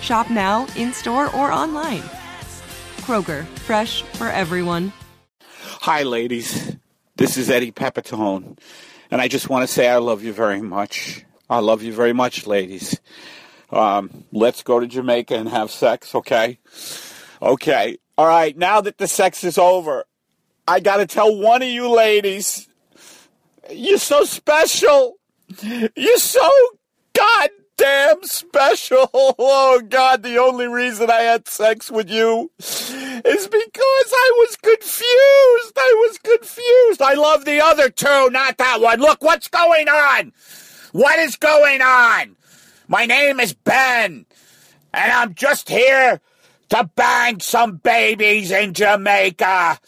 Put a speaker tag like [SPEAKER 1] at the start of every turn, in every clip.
[SPEAKER 1] Shop now, in store, or online. Kroger, fresh for everyone.
[SPEAKER 2] Hi, ladies. This is Eddie Pepitone, and I just want to say I love you very much. I love you very much, ladies. Um, let's go to Jamaica and have sex, okay? Okay. All right. Now that the sex is over, I got to tell one of you ladies, you're so special. You're so goddamn special. Oh, God, the only reason I had sex with you is because I was confused. I was confused. I love the other two, not that one. Look, what's going on? What is going on? My name is Ben, and I'm just here to bang some babies in Jamaica.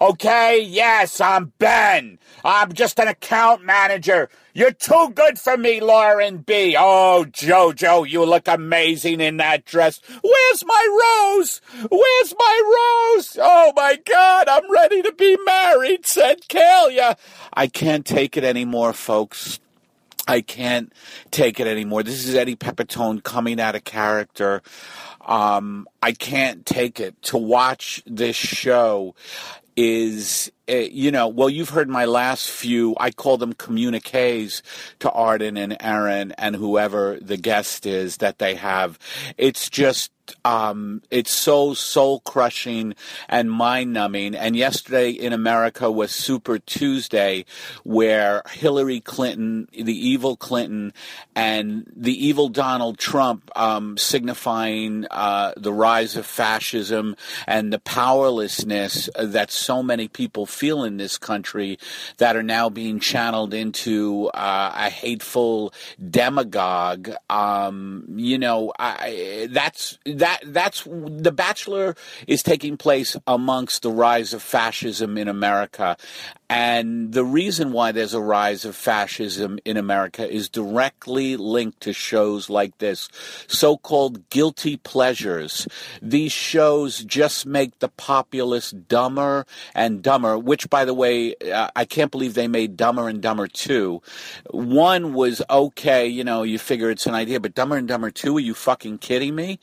[SPEAKER 2] Okay, yes, I'm Ben. I'm just an account manager. You're too good for me, Lauren B. Oh, Jojo, you look amazing in that dress. Where's my rose? Where's my rose? Oh my God, I'm ready to be married, said Kalia. I can't take it anymore, folks. I can't take it anymore. This is Eddie Pepitone coming out of character. Um, I can't take it. To watch this show is, uh, you know, well, you've heard my last few, I call them communiques to Arden and Aaron and whoever the guest is that they have. It's just, um, it's so soul crushing and mind numbing. And yesterday in America was Super Tuesday, where Hillary Clinton, the evil Clinton, and the evil Donald Trump, um, signifying uh, the rise of fascism and the powerlessness that so many people feel in this country that are now being channeled into uh, a hateful demagogue. Um, you know, I, that's that that's the bachelor is taking place amongst the rise of fascism in america and the reason why there's a rise of fascism in america is directly linked to shows like this so-called guilty pleasures these shows just make the populace dumber and dumber which by the way uh, i can't believe they made dumber and dumber 2 one was okay you know you figure it's an idea but dumber and dumber 2 are you fucking kidding me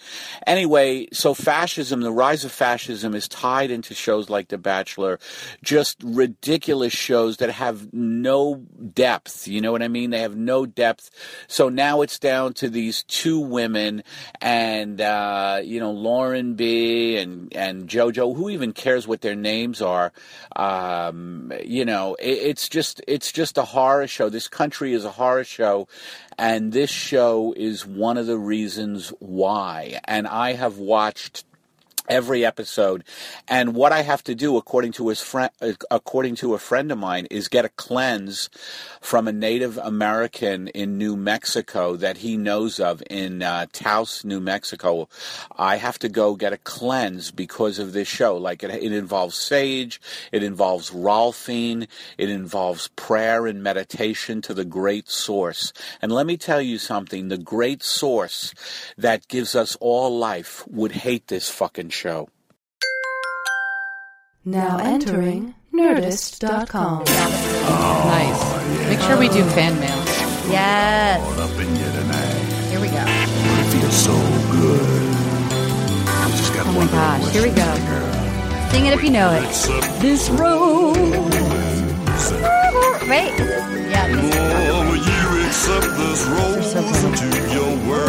[SPEAKER 2] anyway, so fascism, the rise of fascism is tied into shows like The Bachelor, just ridiculous shows that have no depth. You know what I mean? They have no depth. So now it's down to these two women and, uh, you know, Lauren B and, and JoJo. Who even cares what their names are? Um, you know, it, it's just, it's just a horror show. This country is a horror show. And this show is one of the reasons why. And I have watched every episode and what i have to do according to his friend according to a friend of mine is get a cleanse from a native american in new mexico that he knows of in uh, taos new mexico i have to go get a cleanse because of this show like it, it involves sage it involves rolfing it involves prayer and meditation to the great source and let me tell you something the great source that gives us all life would hate this fucking show.
[SPEAKER 3] Now entering nerdist.com.
[SPEAKER 4] nice. Make sure we do fan mail.
[SPEAKER 5] Yes.
[SPEAKER 6] Up in you tonight.
[SPEAKER 5] Here we go.
[SPEAKER 6] It feels so good. I just got
[SPEAKER 4] Oh my
[SPEAKER 6] one little
[SPEAKER 4] gosh,
[SPEAKER 6] question,
[SPEAKER 4] here we go.
[SPEAKER 6] girl.
[SPEAKER 5] Sing it if you know it.
[SPEAKER 6] What's up,
[SPEAKER 3] This road
[SPEAKER 5] Wait. Yeah. this-
[SPEAKER 6] all of you accept this rose into your world?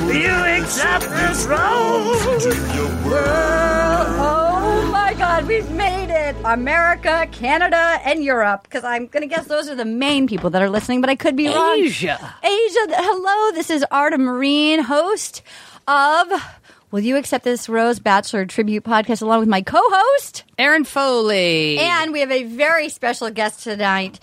[SPEAKER 6] You accept this rose into your world.
[SPEAKER 5] Oh my God, we've made it! America, Canada, and Europe. Because I'm going to guess those are the main people that are listening, but I could be wrong.
[SPEAKER 4] Asia.
[SPEAKER 5] Asia, th- hello. This is Arda Marine, host of Will You Accept This Rose Bachelor Tribute Podcast, along with my co host.
[SPEAKER 4] Aaron Foley.
[SPEAKER 5] And we have a very special guest tonight.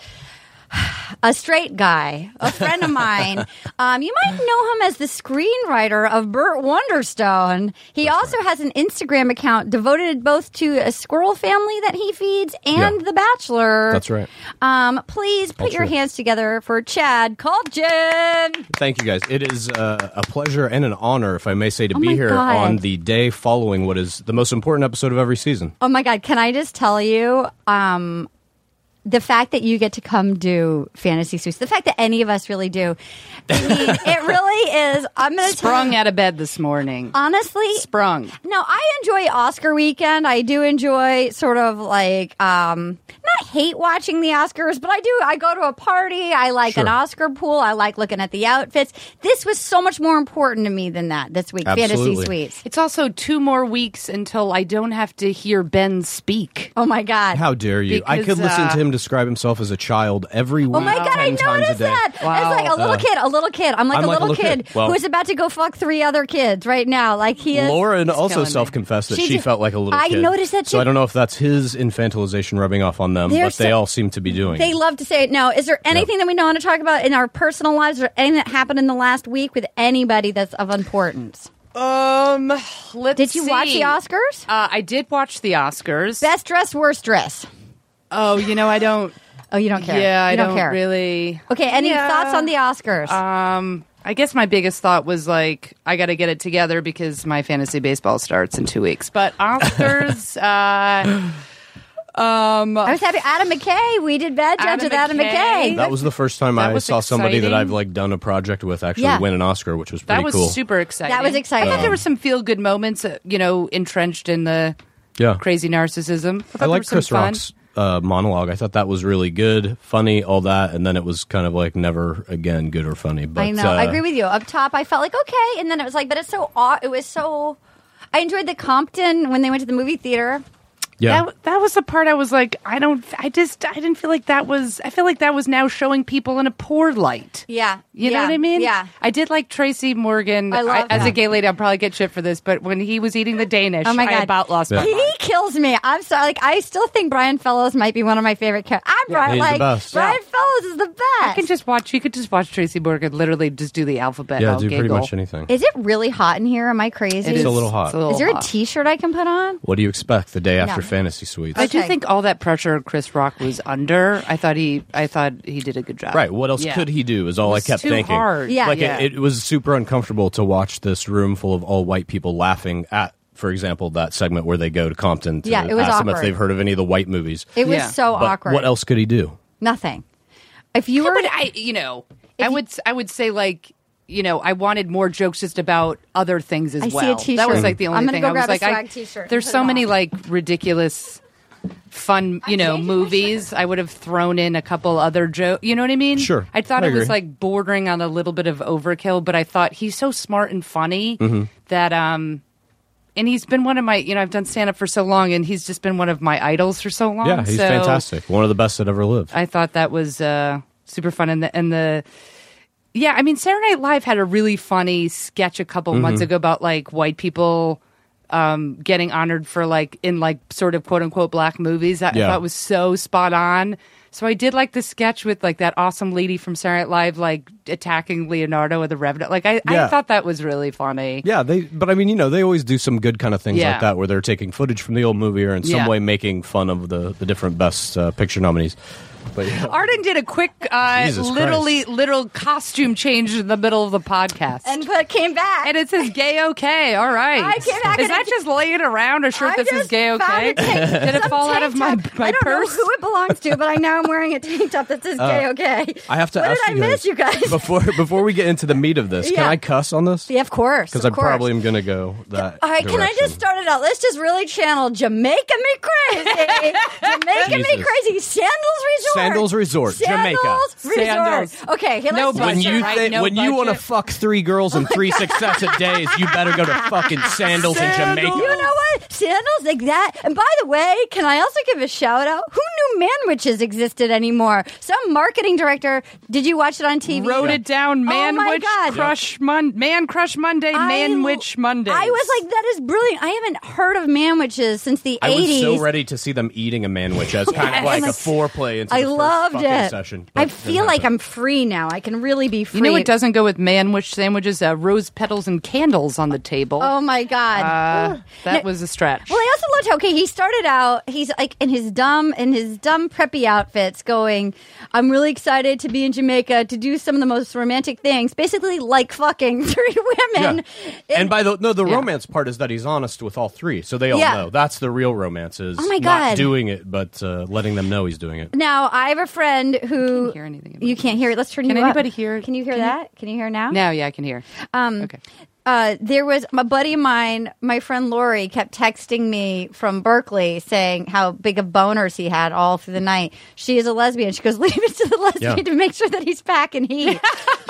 [SPEAKER 5] A straight guy, a friend of mine. Um, you might know him as the screenwriter of Burt Wonderstone. He also has an Instagram account devoted both to a squirrel family that he feeds and
[SPEAKER 7] Yeah.
[SPEAKER 5] The Bachelor.
[SPEAKER 7] That's right.
[SPEAKER 5] Um, please put your
[SPEAKER 7] true.
[SPEAKER 5] hands together for Chad called Jim.
[SPEAKER 7] Thank you, guys. It is uh, a pleasure and an honor, if I may say, to
[SPEAKER 5] Oh my
[SPEAKER 7] be here
[SPEAKER 5] God.
[SPEAKER 7] on the day following what is the most important episode of every season.
[SPEAKER 5] Oh my God, can I just tell you? Um, the fact that you get to come do fantasy suites, the fact that any of us really do, I mean, it really is. I'm going to tell
[SPEAKER 4] Sprung
[SPEAKER 5] you,
[SPEAKER 4] out of bed this morning.
[SPEAKER 5] honestly.
[SPEAKER 4] Sprung.
[SPEAKER 5] no, I enjoy Oscar weekend. I do enjoy sort of like um not hate watching the Oscars, but I do I go to a party, I like an
[SPEAKER 7] Sure.
[SPEAKER 5] Oscar pool, I like looking at the outfits. This was so much more important to me than that this week, fantasy
[SPEAKER 7] Absolutely.
[SPEAKER 5] suites.
[SPEAKER 4] It's also two more weeks until I don't have to hear Ben speak.
[SPEAKER 5] Oh my god.
[SPEAKER 7] How dare you? I
[SPEAKER 4] Because,
[SPEAKER 7] could listen
[SPEAKER 4] uh,
[SPEAKER 7] to him describe himself as a child every week.
[SPEAKER 5] Oh my god,
[SPEAKER 7] 10
[SPEAKER 5] I
[SPEAKER 7] times a
[SPEAKER 5] noticed
[SPEAKER 7] day. Uh,
[SPEAKER 5] that.
[SPEAKER 4] Wow.
[SPEAKER 5] It's like a little kid, a little kid. I'm like
[SPEAKER 7] I'm
[SPEAKER 5] a
[SPEAKER 7] like a
[SPEAKER 5] little
[SPEAKER 7] little
[SPEAKER 5] kid,
[SPEAKER 7] kid. Well-
[SPEAKER 5] who's about to go fuck three other kids right now. Like he is.
[SPEAKER 7] Lauren also
[SPEAKER 4] killing me.
[SPEAKER 7] self confessed that
[SPEAKER 5] She
[SPEAKER 7] she,
[SPEAKER 5] did-
[SPEAKER 7] felt like a little
[SPEAKER 5] I
[SPEAKER 7] kid.
[SPEAKER 5] noticed that
[SPEAKER 7] So
[SPEAKER 5] too.
[SPEAKER 7] I don't know if that's his infantilization rubbing off on them,
[SPEAKER 5] They're
[SPEAKER 7] but they
[SPEAKER 5] so-
[SPEAKER 7] all seem to be doing.
[SPEAKER 5] They
[SPEAKER 7] it.
[SPEAKER 5] love to say it. Now, is there anything that we don't want to talk about in our personal lives or anything that happened in the last week with anybody that's of importance?
[SPEAKER 4] Um, let's
[SPEAKER 5] Did you watch the
[SPEAKER 4] see.
[SPEAKER 5] Oscars?
[SPEAKER 4] Uh, I did watch the Oscars.
[SPEAKER 5] Best dress, worst dress.
[SPEAKER 4] oh, you know, I don't.
[SPEAKER 5] Oh, you don't care.
[SPEAKER 4] Yeah,
[SPEAKER 5] you
[SPEAKER 4] I
[SPEAKER 5] don't,
[SPEAKER 4] don't
[SPEAKER 5] care.
[SPEAKER 4] really.
[SPEAKER 5] Okay, any
[SPEAKER 4] Yeah.
[SPEAKER 5] thoughts on the Oscars?
[SPEAKER 4] Um, I guess my biggest thought was like, I got to get it together because my fantasy baseball starts in two weeks. But Oscars, uh, Um,
[SPEAKER 5] I was happy. Adam McKay, we did bad judge
[SPEAKER 4] Adam
[SPEAKER 5] with Adam
[SPEAKER 4] McKay.
[SPEAKER 5] McKay.
[SPEAKER 7] that was the first time
[SPEAKER 4] That
[SPEAKER 7] I
[SPEAKER 4] was
[SPEAKER 7] saw somebody that
[SPEAKER 4] exciting.
[SPEAKER 7] I've like done a project with actually
[SPEAKER 5] Yeah.
[SPEAKER 7] win an Oscar, which was pretty
[SPEAKER 4] that was
[SPEAKER 7] cool.
[SPEAKER 4] super exciting.
[SPEAKER 5] That was exciting.
[SPEAKER 4] I thought there were some feel good moments, uh, you know, entrenched in the
[SPEAKER 7] yeah,
[SPEAKER 4] crazy narcissism. I, thought
[SPEAKER 7] I
[SPEAKER 4] there
[SPEAKER 7] like
[SPEAKER 4] was some
[SPEAKER 7] Chris
[SPEAKER 4] fun.
[SPEAKER 7] Rock's uh, monologue. I thought that was really good, funny, all that, and then it was kind of like never again good or funny. But
[SPEAKER 5] I know.
[SPEAKER 7] Uh,
[SPEAKER 5] I agree with you. Up top, I felt like okay, and then it was like, but it's so. aw- It was so. I enjoyed the Compton when they went to the movie theater.
[SPEAKER 7] uh, Yeah,
[SPEAKER 4] That, that was the part I was like, I don't, I just, I didn't feel like that was, I feel like that was now showing people in a poor light.
[SPEAKER 5] Yeah.
[SPEAKER 4] You
[SPEAKER 5] Yeah.
[SPEAKER 4] know what I mean?
[SPEAKER 5] Yeah.
[SPEAKER 4] I did like Tracy Morgan.
[SPEAKER 5] I love
[SPEAKER 4] as
[SPEAKER 5] that.
[SPEAKER 4] a gay lady, I'll probably get shit for this, but when he was eating the Danish,
[SPEAKER 5] Oh my
[SPEAKER 4] I
[SPEAKER 5] God.
[SPEAKER 4] about lost my
[SPEAKER 5] He
[SPEAKER 4] mind.
[SPEAKER 5] kills me. I'm sorry. Like I still think Brian Fellows might be one of my favorite characters. I'm Brian.
[SPEAKER 7] He's the
[SPEAKER 5] like
[SPEAKER 7] best.
[SPEAKER 5] Brian Fellows is the best.
[SPEAKER 4] I can just watch, you could just watch Tracy Morgan literally just do the alphabet.
[SPEAKER 7] yeah,
[SPEAKER 4] I'll
[SPEAKER 7] do pretty
[SPEAKER 4] giggle.
[SPEAKER 7] much anything.
[SPEAKER 5] is it really hot in here? Am I crazy?
[SPEAKER 4] It
[SPEAKER 7] It's a
[SPEAKER 4] is-
[SPEAKER 7] little hot.
[SPEAKER 4] it's little
[SPEAKER 5] Is there a
[SPEAKER 4] hot.
[SPEAKER 5] T-shirt I can put on?
[SPEAKER 7] what do you expect the day after
[SPEAKER 5] No.
[SPEAKER 7] Fantasy Suites?
[SPEAKER 4] I do
[SPEAKER 5] Okay.
[SPEAKER 4] think all that pressure Chris Rock was under. I thought he, I thought he did a good job.
[SPEAKER 7] Right. What else
[SPEAKER 4] Yeah.
[SPEAKER 7] could he do? Is all
[SPEAKER 4] It
[SPEAKER 7] I
[SPEAKER 4] was
[SPEAKER 7] kept
[SPEAKER 4] too
[SPEAKER 7] thinking.
[SPEAKER 4] hard.
[SPEAKER 5] Yeah.
[SPEAKER 7] Like
[SPEAKER 4] Yeah.
[SPEAKER 7] It, it was super uncomfortable to watch this room full of all white people laughing at, for example, that segment where they go to Compton to
[SPEAKER 5] Yeah, it was
[SPEAKER 7] ask them if
[SPEAKER 5] awkward.
[SPEAKER 7] they've heard of any of the white movies.
[SPEAKER 5] It was
[SPEAKER 4] Yeah.
[SPEAKER 5] so
[SPEAKER 7] But
[SPEAKER 5] awkward.
[SPEAKER 7] What else could he do?
[SPEAKER 5] Nothing. If you
[SPEAKER 4] Yeah,
[SPEAKER 5] were,
[SPEAKER 4] but I, you know, I
[SPEAKER 5] you-
[SPEAKER 4] would, I would say like, you know, I wanted more jokes just about other things as
[SPEAKER 5] I see a
[SPEAKER 4] well. That
[SPEAKER 5] t-shirt.
[SPEAKER 4] was like the only
[SPEAKER 5] I'm gonna
[SPEAKER 4] thing
[SPEAKER 5] go
[SPEAKER 4] I was
[SPEAKER 5] grab a
[SPEAKER 4] like, I,
[SPEAKER 5] swag t-shirt and
[SPEAKER 4] there's
[SPEAKER 5] put
[SPEAKER 4] so
[SPEAKER 5] it
[SPEAKER 4] many
[SPEAKER 5] on.
[SPEAKER 4] like ridiculous, fun, you know,
[SPEAKER 5] changing my shirt.
[SPEAKER 4] movies. I would have thrown in a couple other jokes. You know what I mean?
[SPEAKER 7] Sure.
[SPEAKER 4] I thought
[SPEAKER 7] I
[SPEAKER 4] it was
[SPEAKER 7] agree.
[SPEAKER 4] like bordering on a little bit of overkill, but I thought he's so smart and funny
[SPEAKER 7] Mm-hmm.
[SPEAKER 4] that, um. And he's been one of my, you know, I've done stand up for so long, and he's just been one of my idols for so long.
[SPEAKER 7] Yeah, he's
[SPEAKER 4] so
[SPEAKER 7] fantastic. One of the best that ever lived.
[SPEAKER 4] I thought that was uh, super fun. And the and the yeah, I mean, Saturday Night Live had a really funny sketch a couple months
[SPEAKER 7] Mhm.
[SPEAKER 4] ago about like white people um, getting honored for like in like sort of quote unquote black movies. That
[SPEAKER 7] Yeah.
[SPEAKER 4] I thought was so spot on. So I did like the sketch with like that awesome lady from Saturday Night Live like attacking Leonardo with the Revenant. Like I,
[SPEAKER 7] Yeah.
[SPEAKER 4] I thought that was really funny.
[SPEAKER 7] Yeah, they. But I mean, you know, they always do some good kind of things
[SPEAKER 4] Yeah.
[SPEAKER 7] like that, where they're taking footage from the old movie or in some
[SPEAKER 4] Yeah.
[SPEAKER 7] way making fun of the the different best uh, picture nominees. But yeah.
[SPEAKER 4] Arden did a quick, uh,
[SPEAKER 7] Jesus
[SPEAKER 4] literally, little costume change in the middle of the podcast, and
[SPEAKER 5] but came back,
[SPEAKER 4] and it says "gay okay." All right,
[SPEAKER 5] I came back
[SPEAKER 4] Is
[SPEAKER 5] and
[SPEAKER 4] that
[SPEAKER 5] it-
[SPEAKER 4] just laying around a shirt
[SPEAKER 5] I
[SPEAKER 4] that says
[SPEAKER 5] just
[SPEAKER 4] "gay
[SPEAKER 5] found
[SPEAKER 4] okay"?
[SPEAKER 5] a tank-
[SPEAKER 4] Did it
[SPEAKER 5] some
[SPEAKER 4] fall out
[SPEAKER 5] tank
[SPEAKER 4] of my
[SPEAKER 5] top.
[SPEAKER 4] my
[SPEAKER 5] I don't
[SPEAKER 4] purse?
[SPEAKER 5] know who it belongs to, but I know I'm wearing a tank top that says "gay
[SPEAKER 7] Uh,
[SPEAKER 5] okay."
[SPEAKER 7] I have to
[SPEAKER 5] What
[SPEAKER 7] ask
[SPEAKER 5] did
[SPEAKER 7] you
[SPEAKER 5] I
[SPEAKER 7] guys,
[SPEAKER 5] miss, you guys?
[SPEAKER 7] before before we get into the meat of this. Can
[SPEAKER 5] Yeah.
[SPEAKER 7] I cuss on this?
[SPEAKER 5] yeah, of course.
[SPEAKER 7] Because
[SPEAKER 5] of
[SPEAKER 7] I
[SPEAKER 5] course.
[SPEAKER 7] probably am going to go that.
[SPEAKER 5] All right, can I
[SPEAKER 7] direction.
[SPEAKER 5] just start it out? Let's just really channel Jamaica me crazy. Jamaica me
[SPEAKER 7] Jesus.
[SPEAKER 5] crazy. Sandals resort.
[SPEAKER 7] Sandals Resort, Jamaica.
[SPEAKER 5] Sandals resort.
[SPEAKER 4] Sandals.
[SPEAKER 5] Okay, here, let's
[SPEAKER 4] No
[SPEAKER 5] just
[SPEAKER 7] When
[SPEAKER 4] budget,
[SPEAKER 7] you
[SPEAKER 4] right?
[SPEAKER 7] think,
[SPEAKER 4] No
[SPEAKER 7] when you want to
[SPEAKER 4] budget.
[SPEAKER 7] fuck three girls
[SPEAKER 5] Oh
[SPEAKER 7] in three successive days, you better go to fucking sandals, in Jamaica.
[SPEAKER 5] You know what? Sandals like that. And by the way, can I also give a shout out? Who knew man witches existed anymore? Some marketing director. Did you watch it on TV?
[SPEAKER 4] Wrote it down. Man
[SPEAKER 5] Oh my
[SPEAKER 4] witch
[SPEAKER 5] God.
[SPEAKER 4] crush mon- man crush Monday. man witch Monday.
[SPEAKER 5] I was like, that is brilliant. I haven't heard of man witches since the
[SPEAKER 7] I was
[SPEAKER 5] 80s.
[SPEAKER 7] so ready to see them eating a man witch as kind
[SPEAKER 5] Yes.
[SPEAKER 7] of like
[SPEAKER 5] I'm
[SPEAKER 7] a
[SPEAKER 5] like,
[SPEAKER 7] foreplay into
[SPEAKER 5] I
[SPEAKER 7] the first
[SPEAKER 5] loved
[SPEAKER 7] fucking
[SPEAKER 5] it.
[SPEAKER 7] session. but
[SPEAKER 5] I
[SPEAKER 7] it didn't
[SPEAKER 5] feel like
[SPEAKER 7] happen.
[SPEAKER 5] I'm free now. I can really be free.
[SPEAKER 4] you know what doesn't go with man witch sandwiches? Uh, rose petals and candles on the table.
[SPEAKER 5] Oh my god.
[SPEAKER 4] Uh,
[SPEAKER 5] Ugh.
[SPEAKER 4] that
[SPEAKER 5] No-
[SPEAKER 4] was a stretch.
[SPEAKER 5] Well, I also loved how okay he started out. He's like in his dumb in his dumb preppy outfits, going, "I'm really excited to be in Jamaica to do some of the most romantic things, basically like fucking three women."
[SPEAKER 7] Yeah. And by the no, the
[SPEAKER 4] Yeah.
[SPEAKER 7] romance part is that he's honest with all three, so they all
[SPEAKER 5] Yeah.
[SPEAKER 7] know that's the real romance. Is
[SPEAKER 5] Oh my God.
[SPEAKER 7] not doing it, but uh, letting them know he's doing it.
[SPEAKER 5] Now I have a friend who
[SPEAKER 4] hear anything about
[SPEAKER 5] you can't hear it. Let's turn.
[SPEAKER 4] Can
[SPEAKER 5] you up.
[SPEAKER 4] anybody hear it?
[SPEAKER 5] Can you hear
[SPEAKER 4] Can you-
[SPEAKER 5] that? Can you hear now?
[SPEAKER 4] now, yeah, I can hear.
[SPEAKER 5] Um,
[SPEAKER 4] okay.
[SPEAKER 5] uh, there was a buddy of mine, my friend Lori, kept texting me from Berkeley saying how big of boners he had all through the night. She is a lesbian. She goes, leave it to the lesbian
[SPEAKER 7] Yeah.
[SPEAKER 5] to make sure that he's packing heat.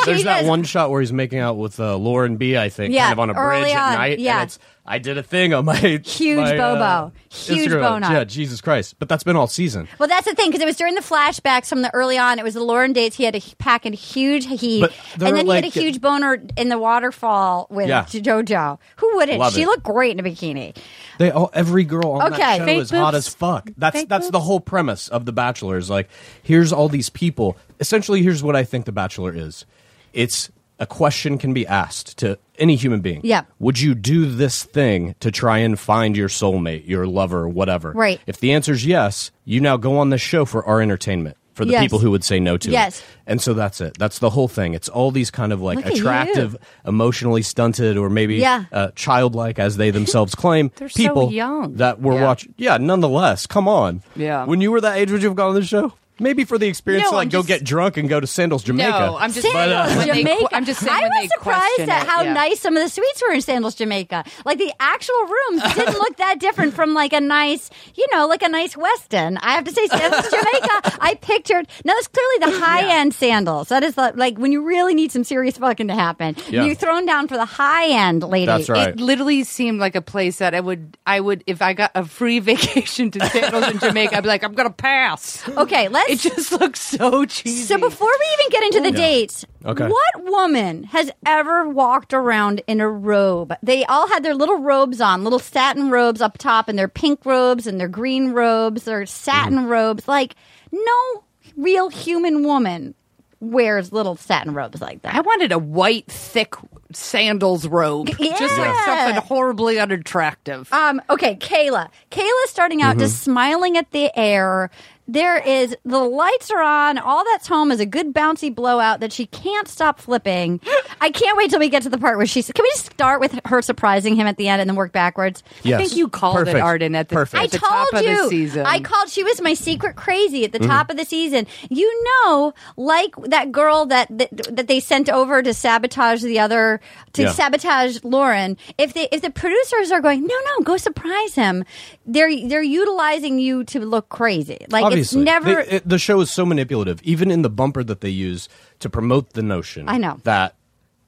[SPEAKER 7] There's that
[SPEAKER 5] does-
[SPEAKER 7] one shot where he's making out with uh, Lauren B. I think,
[SPEAKER 5] Yeah,
[SPEAKER 7] kind of on a
[SPEAKER 5] early
[SPEAKER 7] bridge
[SPEAKER 5] on,
[SPEAKER 7] at night.
[SPEAKER 5] yeah.
[SPEAKER 7] And it's I did a thing on my
[SPEAKER 5] Huge
[SPEAKER 7] my, uh,
[SPEAKER 5] bobo. Huge
[SPEAKER 7] Instagram.
[SPEAKER 5] bono.
[SPEAKER 7] Yeah, Jesus Christ! But that's been all season.
[SPEAKER 5] Well, that's the thing because it was during the flashbacks from the early on. It was the Lauren dates. He had a h- pack and huge heat,
[SPEAKER 7] But there
[SPEAKER 5] and then
[SPEAKER 7] were,
[SPEAKER 5] he
[SPEAKER 7] like,
[SPEAKER 5] had a huge boner in the waterfall with
[SPEAKER 7] Yeah.
[SPEAKER 5] JoJo. Who wouldn't?
[SPEAKER 7] Love
[SPEAKER 5] she
[SPEAKER 7] it.
[SPEAKER 5] looked great in a bikini.
[SPEAKER 7] They all every girl on
[SPEAKER 5] Okay.
[SPEAKER 7] that show
[SPEAKER 5] Fake
[SPEAKER 7] is hot
[SPEAKER 4] boobs.
[SPEAKER 7] as fuck. That's
[SPEAKER 4] Fake
[SPEAKER 7] that's the
[SPEAKER 4] boobs.
[SPEAKER 7] whole premise of The Bachelor is like here's all these people. Essentially, here's what I think The Bachelor is. It's a question can be asked to any human being.
[SPEAKER 5] Yeah.
[SPEAKER 7] Would you do this thing to try and find your soulmate, your lover, whatever?
[SPEAKER 5] Right.
[SPEAKER 7] If the answer is yes, you now go on this show for our entertainment. For the
[SPEAKER 5] Yes.
[SPEAKER 7] people who would say no to
[SPEAKER 5] Yes.
[SPEAKER 7] it. And so that's it. That's the whole thing. It's all these kind of like
[SPEAKER 5] Look at you.
[SPEAKER 7] attractive, emotionally stunted, or maybe
[SPEAKER 5] Yeah.
[SPEAKER 7] uh, childlike, as they themselves claim,
[SPEAKER 4] They're so
[SPEAKER 7] people
[SPEAKER 4] young.
[SPEAKER 7] that were
[SPEAKER 4] Yeah.
[SPEAKER 7] watching. Yeah, nonetheless, come on.
[SPEAKER 4] Yeah.
[SPEAKER 7] When you were that age, would you have gone to the show? Maybe for the experience
[SPEAKER 4] No,
[SPEAKER 7] to like
[SPEAKER 4] I'm
[SPEAKER 7] go
[SPEAKER 4] just-
[SPEAKER 7] get drunk and go to Sandals Jamaica.
[SPEAKER 4] No, I'm just
[SPEAKER 5] Sandals,
[SPEAKER 4] when they
[SPEAKER 5] Jamaica.
[SPEAKER 4] qu- I'm just saying
[SPEAKER 5] I
[SPEAKER 4] when
[SPEAKER 5] was
[SPEAKER 4] they
[SPEAKER 5] surprised
[SPEAKER 4] question
[SPEAKER 5] at
[SPEAKER 4] it,
[SPEAKER 5] how
[SPEAKER 4] yeah.
[SPEAKER 5] nice some of the suites were in Sandals, Jamaica. Like the actual rooms didn't look that different from like a nice, you know, like a nice Weston. I have to say, Sandals, Jamaica. I pictured now. That's clearly the high end Sandals. That is the, like when you really need some serious fucking to happen.
[SPEAKER 7] Yeah.
[SPEAKER 5] You're thrown down for the high end lady.
[SPEAKER 7] That's right.
[SPEAKER 4] It literally seemed like a place that I would, I would, if I got a free vacation to Sandals in Jamaica, I'd be like, I'm gonna pass.
[SPEAKER 5] Okay, let's.
[SPEAKER 4] It just looks so cheesy.
[SPEAKER 5] so before we even get into the dates,
[SPEAKER 7] Okay.
[SPEAKER 5] what woman has ever walked around in a robe? They all had their little robes on, little satin robes up top, and their pink robes and their green robes, their satin robes. Like no real human woman wears little satin robes like that.
[SPEAKER 4] I wanted a white, thick sandals robe, just like
[SPEAKER 5] Yeah.
[SPEAKER 4] something horribly unattractive.
[SPEAKER 5] Um, okay, Kayla. Kayla starting out just smiling at the air. There is the lights are on. All that's home is a good bouncy blowout that she can't stop flipping. I can't wait till we get to the part where she's. Can we just start with her surprising him at the end and then work backwards?
[SPEAKER 7] Yes.
[SPEAKER 4] I think you called it
[SPEAKER 7] Perfect.
[SPEAKER 4] Arden at the,
[SPEAKER 7] Perfect.
[SPEAKER 5] I
[SPEAKER 4] at the
[SPEAKER 5] told
[SPEAKER 4] top of
[SPEAKER 5] you.
[SPEAKER 4] the season.
[SPEAKER 5] I called. She was my secret crazy at the top of the season. You know, like that girl that that, that they sent over to sabotage the other to
[SPEAKER 7] Yeah.
[SPEAKER 5] sabotage Lauren. If they if the producers are going, no, no, go surprise him. They're they're utilizing you to look crazy. Like
[SPEAKER 7] Obviously,
[SPEAKER 5] it's never.
[SPEAKER 7] They- it- the show is so manipulative. Even in the bumper that they use to promote the notion,
[SPEAKER 5] I know.
[SPEAKER 7] that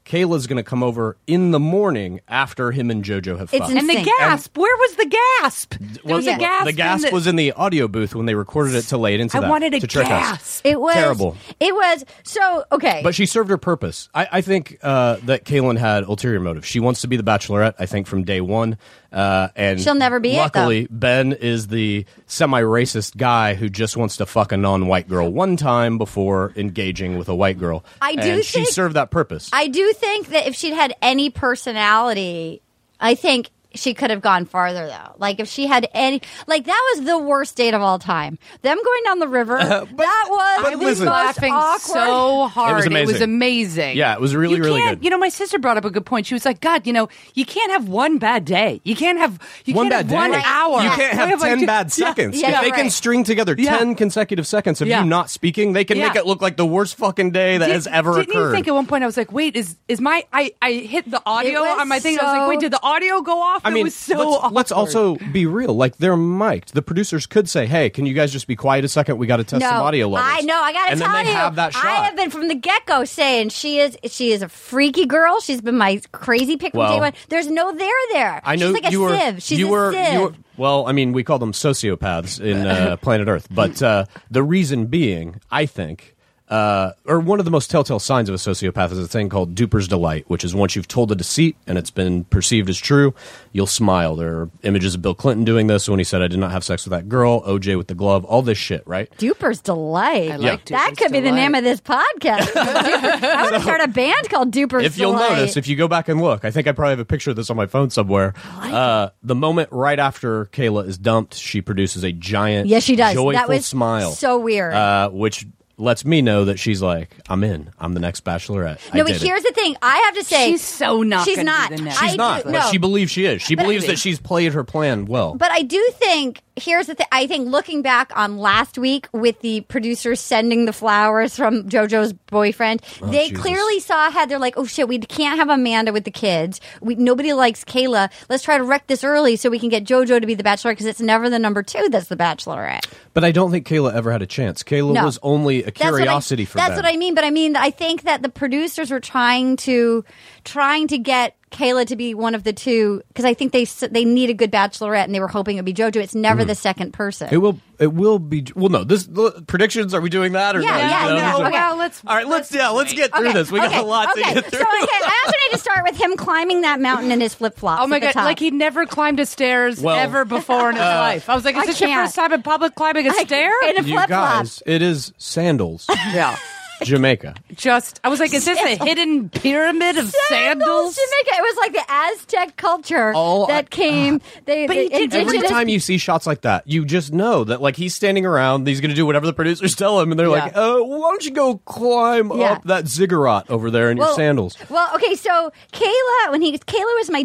[SPEAKER 7] Kayla's going to come over in the morning after him and JoJo have
[SPEAKER 4] It's
[SPEAKER 7] fucked.
[SPEAKER 4] and the gasp. Where was the gasp? There was
[SPEAKER 7] Well,
[SPEAKER 4] a gasp.
[SPEAKER 7] The gasp
[SPEAKER 4] in
[SPEAKER 7] was in the audio booth when they recorded it to lay it into
[SPEAKER 4] I
[SPEAKER 7] that.
[SPEAKER 4] wanted a
[SPEAKER 7] to trick us.
[SPEAKER 4] gasp.
[SPEAKER 5] It was
[SPEAKER 7] Terrible.
[SPEAKER 5] It was so okay.
[SPEAKER 7] But she served her purpose. I, I think uh, that Kaylin had ulterior motive. She wants to be the Bachelorette. I think from day one, uh, and
[SPEAKER 5] She'll never be it,
[SPEAKER 7] Luckily, Ben is the semi-racist guy who just wants to fuck a non-white girl one time before engaging with a white girl.
[SPEAKER 5] I do
[SPEAKER 7] And she
[SPEAKER 5] think-
[SPEAKER 7] served that purpose.
[SPEAKER 5] I do think that if she'd had any personality, I think she could have gone farther though. Like if she had any, like that was the worst date of all time. Them going down the river. that was.
[SPEAKER 4] I
[SPEAKER 5] the
[SPEAKER 4] was
[SPEAKER 5] most
[SPEAKER 4] laughing
[SPEAKER 5] awkward.
[SPEAKER 4] so hard.
[SPEAKER 7] amazing.
[SPEAKER 4] amazing.
[SPEAKER 7] Yeah, it was really,
[SPEAKER 4] you
[SPEAKER 7] really
[SPEAKER 4] can't-
[SPEAKER 7] good.
[SPEAKER 4] You know, my sister brought up a good point. She was like, "God, you know, you can't have one bad day. You can't have you
[SPEAKER 7] one
[SPEAKER 4] can't
[SPEAKER 7] bad
[SPEAKER 4] have one
[SPEAKER 7] day.
[SPEAKER 4] hour.
[SPEAKER 7] You can't have
[SPEAKER 4] We like
[SPEAKER 7] ten
[SPEAKER 4] two-
[SPEAKER 7] bad
[SPEAKER 4] Yeah,
[SPEAKER 7] seconds.
[SPEAKER 4] yeah,
[SPEAKER 7] if they can
[SPEAKER 4] right.
[SPEAKER 7] string together
[SPEAKER 4] Yeah.
[SPEAKER 7] ten consecutive seconds of
[SPEAKER 4] Yeah.
[SPEAKER 7] you not speaking, they can
[SPEAKER 4] Yeah.
[SPEAKER 7] make it look like the worst fucking day that
[SPEAKER 4] Did-
[SPEAKER 7] has ever
[SPEAKER 4] didn't
[SPEAKER 7] occurred.
[SPEAKER 4] you think at one point I was like, "Wait, is is my I I hit the audio
[SPEAKER 5] was
[SPEAKER 4] on my thing? I was
[SPEAKER 5] so-
[SPEAKER 4] like, "Wait, did the audio go off?
[SPEAKER 7] I mean,
[SPEAKER 4] it was so
[SPEAKER 7] let's, let's
[SPEAKER 4] awkward.
[SPEAKER 7] also be real. Like they're mic'd. The producers could say, "Hey, can you guys just be quiet a second? We got to test some audio levels."
[SPEAKER 5] I know. I gotta
[SPEAKER 7] and
[SPEAKER 5] tell
[SPEAKER 7] then they
[SPEAKER 5] you,
[SPEAKER 7] have that shot.
[SPEAKER 5] I have been from the get go saying she is she is a freaky girl. She's been my crazy pick from
[SPEAKER 7] Well,
[SPEAKER 5] day one. There's no there there.
[SPEAKER 7] I know
[SPEAKER 5] She's like
[SPEAKER 7] you
[SPEAKER 5] a
[SPEAKER 7] were.
[SPEAKER 5] sieve. She's
[SPEAKER 7] you
[SPEAKER 5] a
[SPEAKER 7] were.
[SPEAKER 5] sieve.
[SPEAKER 7] You were. Well, I mean, we call them sociopaths in uh, planet Earth, but uh, the reason being, I think. Uh, or one of the most telltale signs of a sociopath is a thing called duper's delight, which is once you've told a deceit and it's been perceived as true, you'll smile. There are images of Bill Clinton doing this when he said, I did not have sex with that girl, OJ with the glove, all this shit, right?
[SPEAKER 5] Duper's Delight.
[SPEAKER 4] I like Yeah.
[SPEAKER 5] that
[SPEAKER 4] Duper's
[SPEAKER 5] could be the
[SPEAKER 4] Delight.
[SPEAKER 5] name of this podcast. Duper- I want to start a band called Duper's
[SPEAKER 7] if you'll
[SPEAKER 5] Delight.
[SPEAKER 7] notice, if you go back and look, I think I probably have a picture of this on my phone somewhere. Uh, the moment right after Kayla is dumped, she produces a giant,
[SPEAKER 5] Yes, she does.
[SPEAKER 7] joyful
[SPEAKER 5] That was
[SPEAKER 7] smile.
[SPEAKER 5] so weird.
[SPEAKER 7] uh, which lets me know that she's like, "I'm in. I'm the next Bachelorette." I
[SPEAKER 5] no, but
[SPEAKER 7] did it."
[SPEAKER 5] here's the thing. I have to say,
[SPEAKER 4] She's so not
[SPEAKER 5] She's
[SPEAKER 4] gonna do
[SPEAKER 5] not.
[SPEAKER 4] the next.
[SPEAKER 5] I
[SPEAKER 7] she's not,
[SPEAKER 5] do,
[SPEAKER 7] but
[SPEAKER 5] no.
[SPEAKER 7] she believes she is. She
[SPEAKER 5] But-
[SPEAKER 7] believes that she's played her plan well.
[SPEAKER 5] But I do think here's the thing. I think looking back on last week with the producers sending the flowers from JoJo's boyfriend, they
[SPEAKER 7] Oh, Jesus.
[SPEAKER 5] clearly saw ahead. They're like, "Oh shit, we can't have Amanda with the kids. We, nobody likes Kayla. Let's try to wreck this early so we can get JoJo to be the Bachelorette because it's never the number two that's the Bachelorette."
[SPEAKER 7] But I don't think Kayla ever had a chance. Kayla
[SPEAKER 5] No.
[SPEAKER 7] was only a
[SPEAKER 5] That's what I-
[SPEAKER 7] curiosity for
[SPEAKER 5] That's
[SPEAKER 7] them.
[SPEAKER 5] what I mean. But I mean, I think that the producers were trying to trying to get Kayla to be one of the two because I think they s- they need a good Bachelorette and they were hoping it would be JoJo. It's never the second person.
[SPEAKER 7] Hmm. It will. It will be. Well, no. This the, predictions. Are we doing that or
[SPEAKER 5] Yeah,
[SPEAKER 7] no?
[SPEAKER 5] yeah,
[SPEAKER 7] No,
[SPEAKER 5] yeah.
[SPEAKER 7] no.
[SPEAKER 5] Okay. Well,
[SPEAKER 4] let's-
[SPEAKER 7] All right. Let's. Yeah. Let's get through this. We got a lot
[SPEAKER 5] okay.
[SPEAKER 7] to get through.
[SPEAKER 5] So okay, I also need to start with him climbing that mountain in his flip flops.
[SPEAKER 4] Oh my
[SPEAKER 5] at the
[SPEAKER 4] god!
[SPEAKER 5] top.
[SPEAKER 4] Like he never climbed a stairs
[SPEAKER 7] Well, uh,
[SPEAKER 4] ever before in his life. I was like,
[SPEAKER 5] I
[SPEAKER 4] "Is this your
[SPEAKER 5] can't.
[SPEAKER 4] first time in public climbing a
[SPEAKER 5] I-
[SPEAKER 4] stair?"
[SPEAKER 5] in a
[SPEAKER 7] you
[SPEAKER 5] flip flop.
[SPEAKER 7] guys, it is sandals,
[SPEAKER 4] Yeah.
[SPEAKER 7] Jamaica.
[SPEAKER 4] Just, I was like, is this a hidden pyramid of sandals?
[SPEAKER 5] Jamaica. It was like the Aztec culture
[SPEAKER 7] All-
[SPEAKER 5] that came. they,
[SPEAKER 4] But
[SPEAKER 5] the
[SPEAKER 4] he did-
[SPEAKER 5] indigenous
[SPEAKER 7] Every time you see shots like that, you just know that like he's standing around, he's going to do whatever the producers tell him, and they're like,
[SPEAKER 4] Yeah.
[SPEAKER 7] "Oh, why don't you go climb
[SPEAKER 5] Yeah.
[SPEAKER 7] up that ziggurat over there in your sandals?"
[SPEAKER 5] Well, okay, so Kayla, when he Kayla was my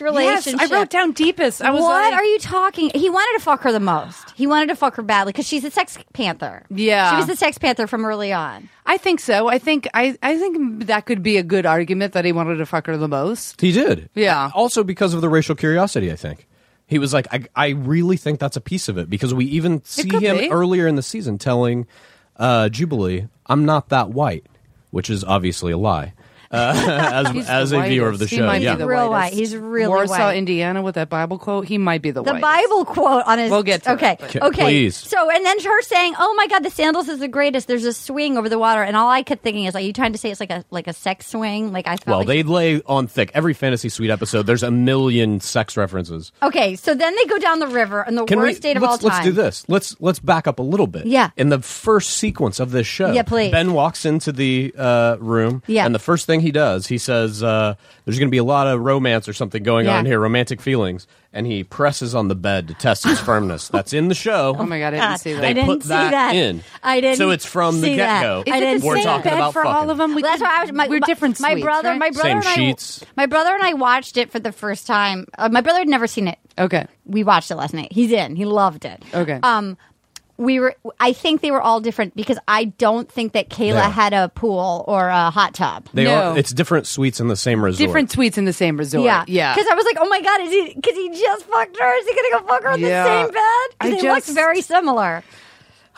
[SPEAKER 4] Yes,
[SPEAKER 5] relationship.
[SPEAKER 4] I wrote down deepest. I was
[SPEAKER 5] what
[SPEAKER 4] like,
[SPEAKER 5] are you talking? He wanted to fuck her the most. He wanted to fuck her badly because she's a sex panther.
[SPEAKER 4] Yeah.
[SPEAKER 5] she was the sex panther from early on.
[SPEAKER 4] I think so. I think I, I think that could be a good argument that he wanted to fuck her the most.
[SPEAKER 7] He did.
[SPEAKER 4] Yeah.
[SPEAKER 7] Also because of the racial curiosity, I think. He was like, I, I really think that's a piece of it because we even see
[SPEAKER 4] could
[SPEAKER 7] him
[SPEAKER 4] be.
[SPEAKER 7] earlier in the season telling uh, Jubilee, I'm not that white, which is obviously a lie. Uh,
[SPEAKER 4] He's
[SPEAKER 7] as as
[SPEAKER 4] the
[SPEAKER 7] a viewer of the
[SPEAKER 4] whitest. He
[SPEAKER 7] show,
[SPEAKER 4] might be
[SPEAKER 7] yeah.
[SPEAKER 4] the
[SPEAKER 5] Real
[SPEAKER 4] whitest.
[SPEAKER 5] white. He's really
[SPEAKER 4] Warsaw,
[SPEAKER 5] white.
[SPEAKER 4] Indiana, with that Bible quote. He might be the
[SPEAKER 5] The
[SPEAKER 4] whitest.
[SPEAKER 5] Bible quote on his.
[SPEAKER 4] We'll get to
[SPEAKER 5] okay.
[SPEAKER 4] it, but-
[SPEAKER 7] Okay,
[SPEAKER 5] okay.
[SPEAKER 7] please.
[SPEAKER 5] So and then her saying, "Oh my God, the sandals is the greatest." There's a swing over the water, and all I kept thinking is, "Are you trying to say it's like a like a sex swing?" Like I felt.
[SPEAKER 7] well,
[SPEAKER 5] like
[SPEAKER 7] they lay on thick. Every Fantasy Suite episode, there's a million sex references.
[SPEAKER 5] Okay, so then they go down the river in the
[SPEAKER 7] Can
[SPEAKER 5] worst
[SPEAKER 7] we,
[SPEAKER 5] date of
[SPEAKER 7] let's,
[SPEAKER 5] all time.
[SPEAKER 7] Let's do this. Let's let's back up a little bit.
[SPEAKER 5] Yeah.
[SPEAKER 7] In the first sequence of this show,
[SPEAKER 5] Yeah, please.
[SPEAKER 7] Ben walks into the uh, room.
[SPEAKER 5] Yeah.
[SPEAKER 7] And the first thing he does, he says, uh, "There's going to be a lot of romance or something going
[SPEAKER 5] Yeah.
[SPEAKER 7] on here, romantic feelings." And he presses on the bed to test his firmness. That's in the show.
[SPEAKER 4] Oh my god! I didn't see that.
[SPEAKER 7] They
[SPEAKER 5] Ah, I didn't
[SPEAKER 7] put
[SPEAKER 5] see
[SPEAKER 7] that,
[SPEAKER 5] that.
[SPEAKER 7] in.
[SPEAKER 5] I didn't
[SPEAKER 7] So it's from the
[SPEAKER 5] see
[SPEAKER 7] get
[SPEAKER 5] that.
[SPEAKER 7] go.
[SPEAKER 5] I didn't
[SPEAKER 7] We're
[SPEAKER 5] see
[SPEAKER 7] talking
[SPEAKER 5] that.
[SPEAKER 7] about
[SPEAKER 4] for
[SPEAKER 7] fucking.
[SPEAKER 4] all of them. We
[SPEAKER 5] Well, that's why I was. My,
[SPEAKER 4] we're
[SPEAKER 5] my-
[SPEAKER 4] different.
[SPEAKER 5] My
[SPEAKER 4] suites,
[SPEAKER 5] brother,
[SPEAKER 4] right?
[SPEAKER 5] my brother,
[SPEAKER 7] Same
[SPEAKER 5] and
[SPEAKER 7] sheets.
[SPEAKER 5] I, my brother and I watched it for the first time. Uh, my brother had never seen it.
[SPEAKER 4] Okay.
[SPEAKER 5] We watched it last night. He's in. He loved it.
[SPEAKER 4] Okay.
[SPEAKER 5] Um, we were. I think they were all different because I don't think that Kayla
[SPEAKER 7] Yeah.
[SPEAKER 5] had a pool or a hot tub.
[SPEAKER 7] They
[SPEAKER 4] No.
[SPEAKER 7] are. It's different suites in the same resort.
[SPEAKER 4] Different suites in the same resort.
[SPEAKER 5] yeah,
[SPEAKER 4] yeah.
[SPEAKER 5] Because I was like, "Oh my god, is he? Because he just fucked her. Is he gonna go fuck her in
[SPEAKER 4] Yeah.
[SPEAKER 5] the same bed?
[SPEAKER 4] I
[SPEAKER 5] Because they looked
[SPEAKER 4] just-
[SPEAKER 5] very similar."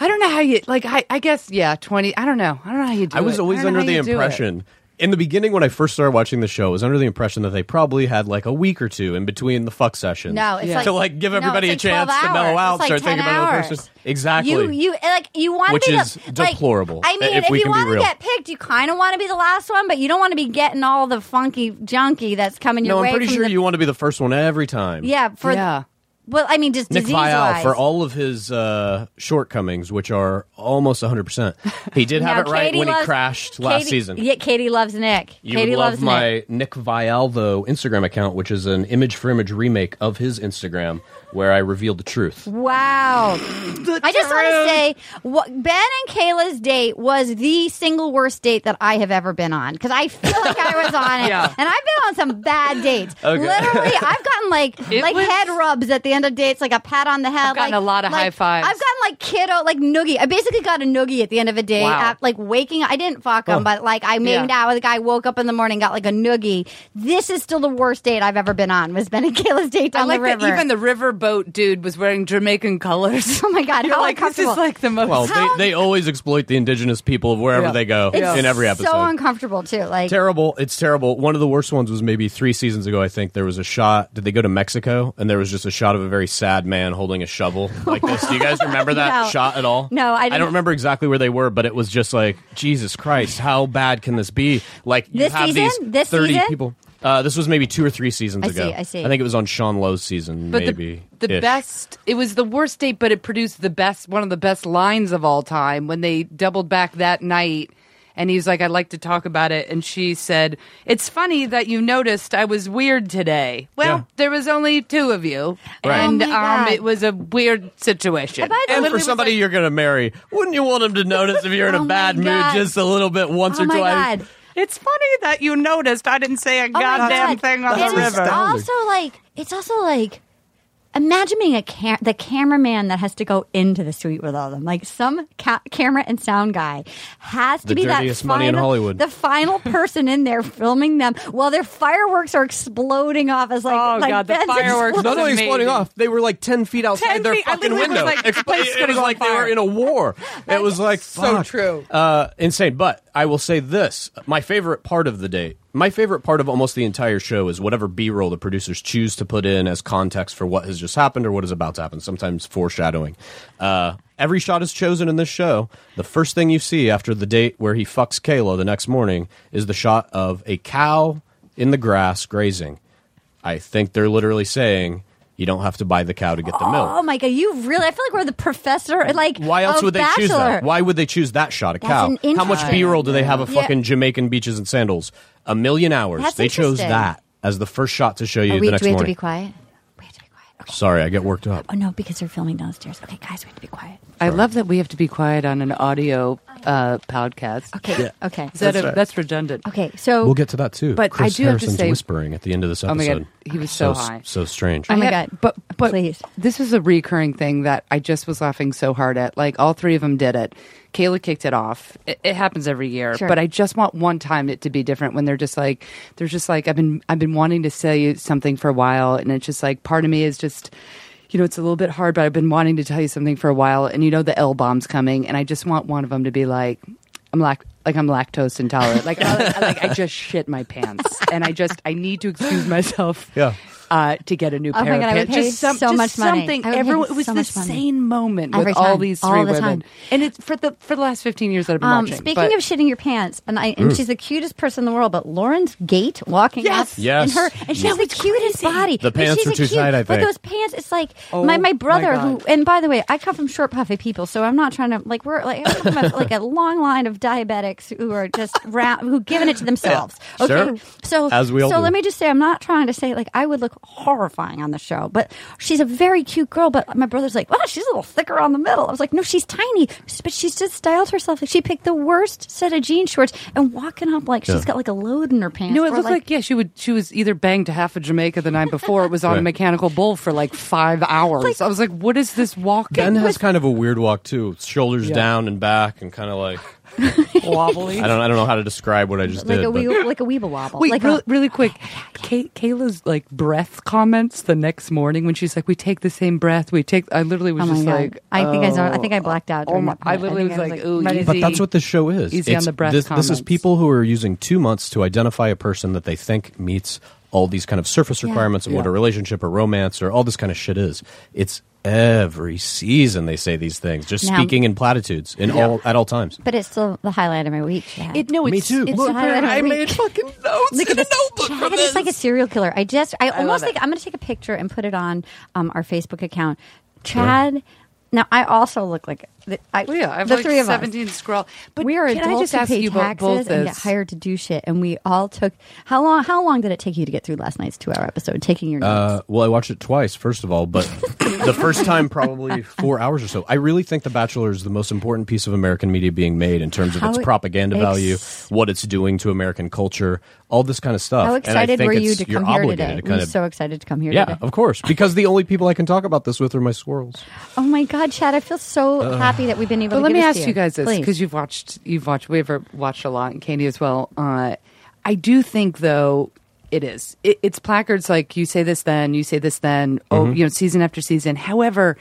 [SPEAKER 4] I don't know how you like. I, I guess yeah. Twenty. I don't know. I don't know how you do.
[SPEAKER 7] I was
[SPEAKER 4] it.
[SPEAKER 7] always
[SPEAKER 4] don't know
[SPEAKER 7] under
[SPEAKER 4] how
[SPEAKER 7] the
[SPEAKER 4] you do it.
[SPEAKER 7] impression in the beginning when I first started watching the show, I was under the impression that they probably had like a week or two in between the fuck sessions.
[SPEAKER 5] No, it's like-
[SPEAKER 7] to like give
[SPEAKER 5] no,
[SPEAKER 7] everybody
[SPEAKER 5] it's
[SPEAKER 7] a
[SPEAKER 5] like 12
[SPEAKER 7] chance to mellow
[SPEAKER 5] hours.
[SPEAKER 7] out,
[SPEAKER 5] It's like
[SPEAKER 7] start
[SPEAKER 5] 10
[SPEAKER 7] thinking about
[SPEAKER 5] hours.
[SPEAKER 7] the person. Exactly.
[SPEAKER 5] You you like you want
[SPEAKER 7] Which
[SPEAKER 5] to be
[SPEAKER 7] is
[SPEAKER 5] the, like,
[SPEAKER 7] deplorable,
[SPEAKER 5] I mean,
[SPEAKER 7] if
[SPEAKER 5] if,
[SPEAKER 7] we
[SPEAKER 5] you
[SPEAKER 7] can be
[SPEAKER 5] want to
[SPEAKER 7] real.
[SPEAKER 5] get picked, you kind of want to be the last one, but you don't want to be getting all the funky junky that's coming your
[SPEAKER 7] no,
[SPEAKER 5] way.
[SPEAKER 7] I'm pretty
[SPEAKER 5] from
[SPEAKER 7] sure
[SPEAKER 5] the-
[SPEAKER 7] you want to be the first one every time.
[SPEAKER 5] Yeah, for
[SPEAKER 4] Yeah.
[SPEAKER 5] well, I mean, just
[SPEAKER 7] Nick
[SPEAKER 5] disease
[SPEAKER 7] Vial
[SPEAKER 5] wise.
[SPEAKER 7] for all of his uh, shortcomings, which are almost 100. percent He did have it right when he crashed last season.
[SPEAKER 5] Yeah, Katie loves Nick.
[SPEAKER 7] You
[SPEAKER 5] Katie
[SPEAKER 7] would love
[SPEAKER 5] loves Nick.
[SPEAKER 7] my Nick Vialvo Instagram account, which is an image for image remake of his Instagram, where I reveal the truth.
[SPEAKER 5] Wow. I just want to say what, Ben and Kayla's date was the single worst date that I have ever been on because I feel like I was on it.
[SPEAKER 4] Yeah.
[SPEAKER 5] And I've been on some bad dates.
[SPEAKER 7] Okay.
[SPEAKER 5] Literally, I've gotten like
[SPEAKER 4] It
[SPEAKER 5] like
[SPEAKER 4] was-
[SPEAKER 5] head rubs at the end of dates, like a pat on the head.
[SPEAKER 4] I've gotten
[SPEAKER 5] like-
[SPEAKER 4] a lot of
[SPEAKER 5] like-
[SPEAKER 4] high fives.
[SPEAKER 5] I've gotten like kiddo, like noogie. I basically got a noogie at the end of a date.
[SPEAKER 4] Wow. Oh.
[SPEAKER 5] at, like waking I didn't fuck him, but like I made
[SPEAKER 4] Yeah.
[SPEAKER 5] out with a guy, woke up in the morning, got like a noogie. This is still the worst date I've ever been on was Ben and Kayla's date
[SPEAKER 4] I
[SPEAKER 5] on
[SPEAKER 4] like
[SPEAKER 5] the river.
[SPEAKER 4] that even the riverboat dude was wearing Jamaican colors.
[SPEAKER 5] Oh my God,
[SPEAKER 4] You're
[SPEAKER 5] how
[SPEAKER 4] like this is
[SPEAKER 5] uncomfortable.
[SPEAKER 4] like the most.
[SPEAKER 7] Well, they, they always exploit the indigenous people of wherever
[SPEAKER 4] Yeah.
[SPEAKER 7] they go
[SPEAKER 4] It's
[SPEAKER 7] Oh, in every episode.
[SPEAKER 5] so uncomfortable too. Like
[SPEAKER 7] terrible. It's terrible. One of the worst ones was maybe three seasons ago. I think there was a shot. Did they go to Mexico? And there was just a shot of a very sad man holding a shovel like this. Do you guys remember that
[SPEAKER 5] No.
[SPEAKER 7] shot at all?
[SPEAKER 5] No, I
[SPEAKER 7] I
[SPEAKER 5] didn't.
[SPEAKER 7] don't remember exactly where they were, but it was just like Jesus Christ. How bad can this be? Like you
[SPEAKER 5] This
[SPEAKER 7] have
[SPEAKER 5] season?
[SPEAKER 7] these
[SPEAKER 5] This
[SPEAKER 7] thirty
[SPEAKER 5] season?
[SPEAKER 7] people. Uh, this was maybe two or three seasons
[SPEAKER 5] I
[SPEAKER 7] ago.
[SPEAKER 5] see, I see.
[SPEAKER 7] I think it was on Sean Lowe's season,
[SPEAKER 4] but
[SPEAKER 7] maybe.
[SPEAKER 4] the, the
[SPEAKER 7] ish.
[SPEAKER 4] best. It was the worst date, but it produced the best, one of the best lines of all time when they doubled back that night. And he was like, "I'd like to talk about it." And she said, "It's funny that you noticed I was weird today. Well,
[SPEAKER 7] Yeah.
[SPEAKER 4] there was only two of you,
[SPEAKER 7] Right. Oh
[SPEAKER 4] and
[SPEAKER 5] my
[SPEAKER 4] um,
[SPEAKER 5] God.
[SPEAKER 4] it was a weird situation."
[SPEAKER 5] By the
[SPEAKER 7] And
[SPEAKER 5] way,
[SPEAKER 7] for
[SPEAKER 5] was
[SPEAKER 7] somebody
[SPEAKER 5] like-
[SPEAKER 7] you're going to marry, wouldn't you want him to notice if you're in
[SPEAKER 5] Oh
[SPEAKER 7] a
[SPEAKER 5] my
[SPEAKER 7] bad mood
[SPEAKER 5] God.
[SPEAKER 7] just a little bit once
[SPEAKER 5] oh
[SPEAKER 7] or
[SPEAKER 5] my
[SPEAKER 7] twice?
[SPEAKER 5] god.
[SPEAKER 4] It's funny that you noticed I didn't say a
[SPEAKER 5] Oh my
[SPEAKER 4] goddamn
[SPEAKER 5] God.
[SPEAKER 4] thing on
[SPEAKER 5] It
[SPEAKER 4] the
[SPEAKER 5] is
[SPEAKER 4] river.
[SPEAKER 5] also like it's also like imagine being a cam- the cameraman that has to go into the suite with all of them. Like some ca- camera and sound guy has to
[SPEAKER 7] The
[SPEAKER 5] be that
[SPEAKER 7] dirtiest
[SPEAKER 5] final,
[SPEAKER 7] money in Hollywood.
[SPEAKER 5] the final person in there filming them while their fireworks are exploding off as like
[SPEAKER 4] Oh,
[SPEAKER 5] like
[SPEAKER 4] God, the
[SPEAKER 5] Ben's
[SPEAKER 4] fireworks.
[SPEAKER 5] exploding.
[SPEAKER 7] Not only
[SPEAKER 4] amazing.
[SPEAKER 7] exploding off, they were like ten feet outside
[SPEAKER 4] 10
[SPEAKER 7] their
[SPEAKER 4] feet. I
[SPEAKER 7] fucking
[SPEAKER 4] literally was
[SPEAKER 7] window.
[SPEAKER 4] like, this
[SPEAKER 7] Expl-
[SPEAKER 4] place is
[SPEAKER 7] it
[SPEAKER 4] gonna
[SPEAKER 7] was
[SPEAKER 4] go on
[SPEAKER 7] like they were
[SPEAKER 4] fire.
[SPEAKER 7] in a war. it was like
[SPEAKER 4] so
[SPEAKER 7] fuck.
[SPEAKER 4] true.
[SPEAKER 7] uh, insane. But I will say this: my favorite part of the date, my favorite part of almost the entire show, is whatever B roll the producers choose to put in as context for what has just happened or what is about to happen. Sometimes foreshadowing. Uh, every shot is chosen in this show. The first thing you see after the date where he fucks Kayla the next morning is the shot of a cow in the grass grazing. I think they're literally saying you don't have to buy the cow to get the
[SPEAKER 5] Oh
[SPEAKER 7] milk.
[SPEAKER 5] my god, you really I feel like we're the professor like
[SPEAKER 7] Why else
[SPEAKER 5] of
[SPEAKER 7] would they
[SPEAKER 5] um, Bachelor.
[SPEAKER 7] choose that? Why would they choose that shot? A
[SPEAKER 5] That's
[SPEAKER 7] cow.
[SPEAKER 5] an
[SPEAKER 7] How much
[SPEAKER 5] interesting-
[SPEAKER 7] B-roll do they have of
[SPEAKER 5] Yeah.
[SPEAKER 7] fucking Jamaican beaches and sandals? A million hours.
[SPEAKER 5] That's
[SPEAKER 7] they chose
[SPEAKER 5] interesting.
[SPEAKER 7] that as the first shot to show you
[SPEAKER 5] Are we,
[SPEAKER 7] the next
[SPEAKER 5] do we have to
[SPEAKER 7] morning.
[SPEAKER 5] be quiet? We have to be quiet. Okay.
[SPEAKER 7] Sorry, I get worked up.
[SPEAKER 5] Oh no, because they're filming downstairs. Okay, guys, we have to be quiet.
[SPEAKER 4] I love that we have to be quiet on an audio uh, podcast.
[SPEAKER 5] Okay. Okay.
[SPEAKER 4] Is that that's, that's redundant.
[SPEAKER 5] okay. So
[SPEAKER 7] We'll get to that too.
[SPEAKER 4] But I
[SPEAKER 7] Chris
[SPEAKER 4] do have to
[SPEAKER 7] Harrison's
[SPEAKER 4] say-
[SPEAKER 7] whispering at the end of this
[SPEAKER 4] Oh my
[SPEAKER 7] episode.
[SPEAKER 4] God, he was so
[SPEAKER 7] s-
[SPEAKER 4] high.
[SPEAKER 7] so strange.
[SPEAKER 5] Oh my
[SPEAKER 4] Yeah,
[SPEAKER 5] God.
[SPEAKER 4] But but
[SPEAKER 5] Please.
[SPEAKER 4] this is a recurring thing that I just was laughing so hard at. Like all three of them did it. Kayla kicked it off. It, it happens every year,
[SPEAKER 5] Sure.
[SPEAKER 4] but I just want one time it to be different when they're just like they're just like I've been I've been wanting to say you something for a while, and it's just like part of me is just. You know, it's a little bit hard, but I've been wanting to tell you something for a while, and you know the L bomb's coming, and I just want one of them to be like, "I'm lac- like I'm lactose intolerant, like, I, like I just shit my pants, and I just I need to excuse myself,
[SPEAKER 7] Yeah.
[SPEAKER 4] uh, to get a new
[SPEAKER 5] Oh my God, I
[SPEAKER 4] parapet.
[SPEAKER 5] would pay so much money.
[SPEAKER 4] something.
[SPEAKER 5] I would pay
[SPEAKER 4] Everyone, it was
[SPEAKER 5] so
[SPEAKER 4] the
[SPEAKER 5] much money.
[SPEAKER 4] same moment with
[SPEAKER 5] Every
[SPEAKER 4] all
[SPEAKER 5] time,
[SPEAKER 4] these three
[SPEAKER 5] all the
[SPEAKER 4] women,
[SPEAKER 5] time.
[SPEAKER 4] and it's for the for the last fifteen years that I've been
[SPEAKER 5] um,
[SPEAKER 4] watching.
[SPEAKER 5] speaking
[SPEAKER 4] but-
[SPEAKER 5] of shitting your pants, and I and she's the cutest person in the world, but Lauren's gait walking
[SPEAKER 4] Yes.
[SPEAKER 5] up
[SPEAKER 7] Yes.
[SPEAKER 5] in her and she has the cutest body.
[SPEAKER 7] The
[SPEAKER 5] But
[SPEAKER 7] pants
[SPEAKER 5] she's
[SPEAKER 7] were
[SPEAKER 5] a
[SPEAKER 7] too
[SPEAKER 5] cute-
[SPEAKER 7] tight, I
[SPEAKER 5] But
[SPEAKER 7] think.
[SPEAKER 5] those pants, it's like
[SPEAKER 4] Oh
[SPEAKER 5] my, my brother
[SPEAKER 4] my
[SPEAKER 5] who
[SPEAKER 4] God.
[SPEAKER 5] and by the way, I come from short puffy people, so I'm not trying to like we're like I'm talking about, like a long line of diabetics who are just round who giving it to themselves.
[SPEAKER 7] Yeah.
[SPEAKER 5] Okay.
[SPEAKER 7] Sure.
[SPEAKER 5] So
[SPEAKER 7] As we all
[SPEAKER 5] so
[SPEAKER 7] do.
[SPEAKER 5] let me just say I'm not trying to say like I would look horrifying on the show, but she's a very cute girl, but my brother's like, Wow, she's a little thicker on the middle. I was like, No, she's tiny. But she's just styled herself. She picked the worst set of jean shorts and walking up like
[SPEAKER 7] Yeah.
[SPEAKER 5] she's got like a load in her pants.
[SPEAKER 4] no, it
[SPEAKER 5] or,
[SPEAKER 4] looked like, yeah, she would she was either banged to half of Jamaica the night before. It was on
[SPEAKER 7] Right.
[SPEAKER 4] a mechanical bull for like five hours.
[SPEAKER 5] Like-
[SPEAKER 4] I was like, what is this walking?
[SPEAKER 7] Ben has kind of a weird walk too. Shoulders down and back and kind of like I
[SPEAKER 8] wobbly.
[SPEAKER 7] don't. I don't know how to describe what I just
[SPEAKER 5] like
[SPEAKER 7] did.
[SPEAKER 5] a
[SPEAKER 7] but-
[SPEAKER 5] wee, like a weeble wobble.
[SPEAKER 4] Wait,
[SPEAKER 5] like
[SPEAKER 4] real-
[SPEAKER 5] a, Oh,
[SPEAKER 4] really quick. Kay- Kayla's like breath comments the next morning when she's like, "We take the same breath. We take." I literally was
[SPEAKER 5] Oh my
[SPEAKER 4] just
[SPEAKER 5] God.
[SPEAKER 4] like,
[SPEAKER 5] I think I zoned- I
[SPEAKER 4] oh,
[SPEAKER 5] think I blacked out
[SPEAKER 4] Oh
[SPEAKER 5] during
[SPEAKER 4] my,
[SPEAKER 5] that
[SPEAKER 4] I
[SPEAKER 5] point. I
[SPEAKER 4] literally
[SPEAKER 5] think
[SPEAKER 4] was
[SPEAKER 5] I was
[SPEAKER 4] like,
[SPEAKER 5] like,
[SPEAKER 4] "Ooh,
[SPEAKER 5] ready
[SPEAKER 4] easy."
[SPEAKER 5] to
[SPEAKER 7] But that's what this show is.
[SPEAKER 4] Easy on the breath
[SPEAKER 7] This, this is
[SPEAKER 4] comments.
[SPEAKER 7] people who are using two months to identify a person that they think meets all these kind of surface
[SPEAKER 5] Yeah.
[SPEAKER 7] requirements of what
[SPEAKER 5] Yeah.
[SPEAKER 7] a relationship or romance or all this kind of shit is. It's every season they say these things, just
[SPEAKER 5] Now-
[SPEAKER 7] speaking in platitudes in
[SPEAKER 5] Yeah.
[SPEAKER 7] all at all times.
[SPEAKER 5] but it's still the highlight of my week. Chad.
[SPEAKER 8] It, no, it's, It's
[SPEAKER 5] Look,
[SPEAKER 8] the highlight of
[SPEAKER 5] I
[SPEAKER 8] the
[SPEAKER 5] made
[SPEAKER 8] week.
[SPEAKER 7] fucking notes
[SPEAKER 5] Look at this. Chad is like a serial killer. I just, I, almost think I'm going to take a picture and put it on um, our Facebook account. Chad. Now I also look like the, I,
[SPEAKER 4] Well, Oh, yeah, I have
[SPEAKER 5] the
[SPEAKER 4] like
[SPEAKER 5] three of us.
[SPEAKER 4] 17 scroll. But
[SPEAKER 5] we are
[SPEAKER 4] can
[SPEAKER 5] adults
[SPEAKER 4] I just
[SPEAKER 5] who
[SPEAKER 4] ask
[SPEAKER 5] pay
[SPEAKER 4] you about
[SPEAKER 5] taxes
[SPEAKER 4] both
[SPEAKER 5] and get
[SPEAKER 4] this?
[SPEAKER 5] hired to do shit, and we all took how long? How long did it take you to get through last night's two-hour episode? Taking your notes.
[SPEAKER 7] Uh, well, I watched it twice, first of all, but the first time probably four hours or so. I really think The Bachelor is the most important piece of American media being made in terms of
[SPEAKER 5] How e-,
[SPEAKER 7] its
[SPEAKER 5] ex-
[SPEAKER 7] propaganda value, what it's doing to American culture, all this kind of stuff.
[SPEAKER 5] how
[SPEAKER 7] and I
[SPEAKER 5] excited
[SPEAKER 7] think
[SPEAKER 5] were you
[SPEAKER 7] it's-
[SPEAKER 5] to
[SPEAKER 7] you're
[SPEAKER 5] come here
[SPEAKER 7] obligated
[SPEAKER 5] today?
[SPEAKER 7] to
[SPEAKER 5] we
[SPEAKER 7] kind
[SPEAKER 5] were
[SPEAKER 7] of
[SPEAKER 5] so excited to come here
[SPEAKER 7] yeah,
[SPEAKER 5] today.
[SPEAKER 7] of course, because the only people I can talk about this with are my squirrels.
[SPEAKER 5] Oh my God, Chad! I feel so happy that we've been able.
[SPEAKER 4] But
[SPEAKER 5] to
[SPEAKER 4] let
[SPEAKER 5] get
[SPEAKER 4] me
[SPEAKER 5] this
[SPEAKER 4] ask
[SPEAKER 5] to
[SPEAKER 4] you guys this
[SPEAKER 5] Please.
[SPEAKER 4] because you've watched, you've watched, we've watched a lot, and Katie as well. Uh, I do think though. It is. It, it's placards like you say this then, you say this then, oh,
[SPEAKER 7] Mm-hmm.
[SPEAKER 8] Mhm.
[SPEAKER 4] you know, season after season. However,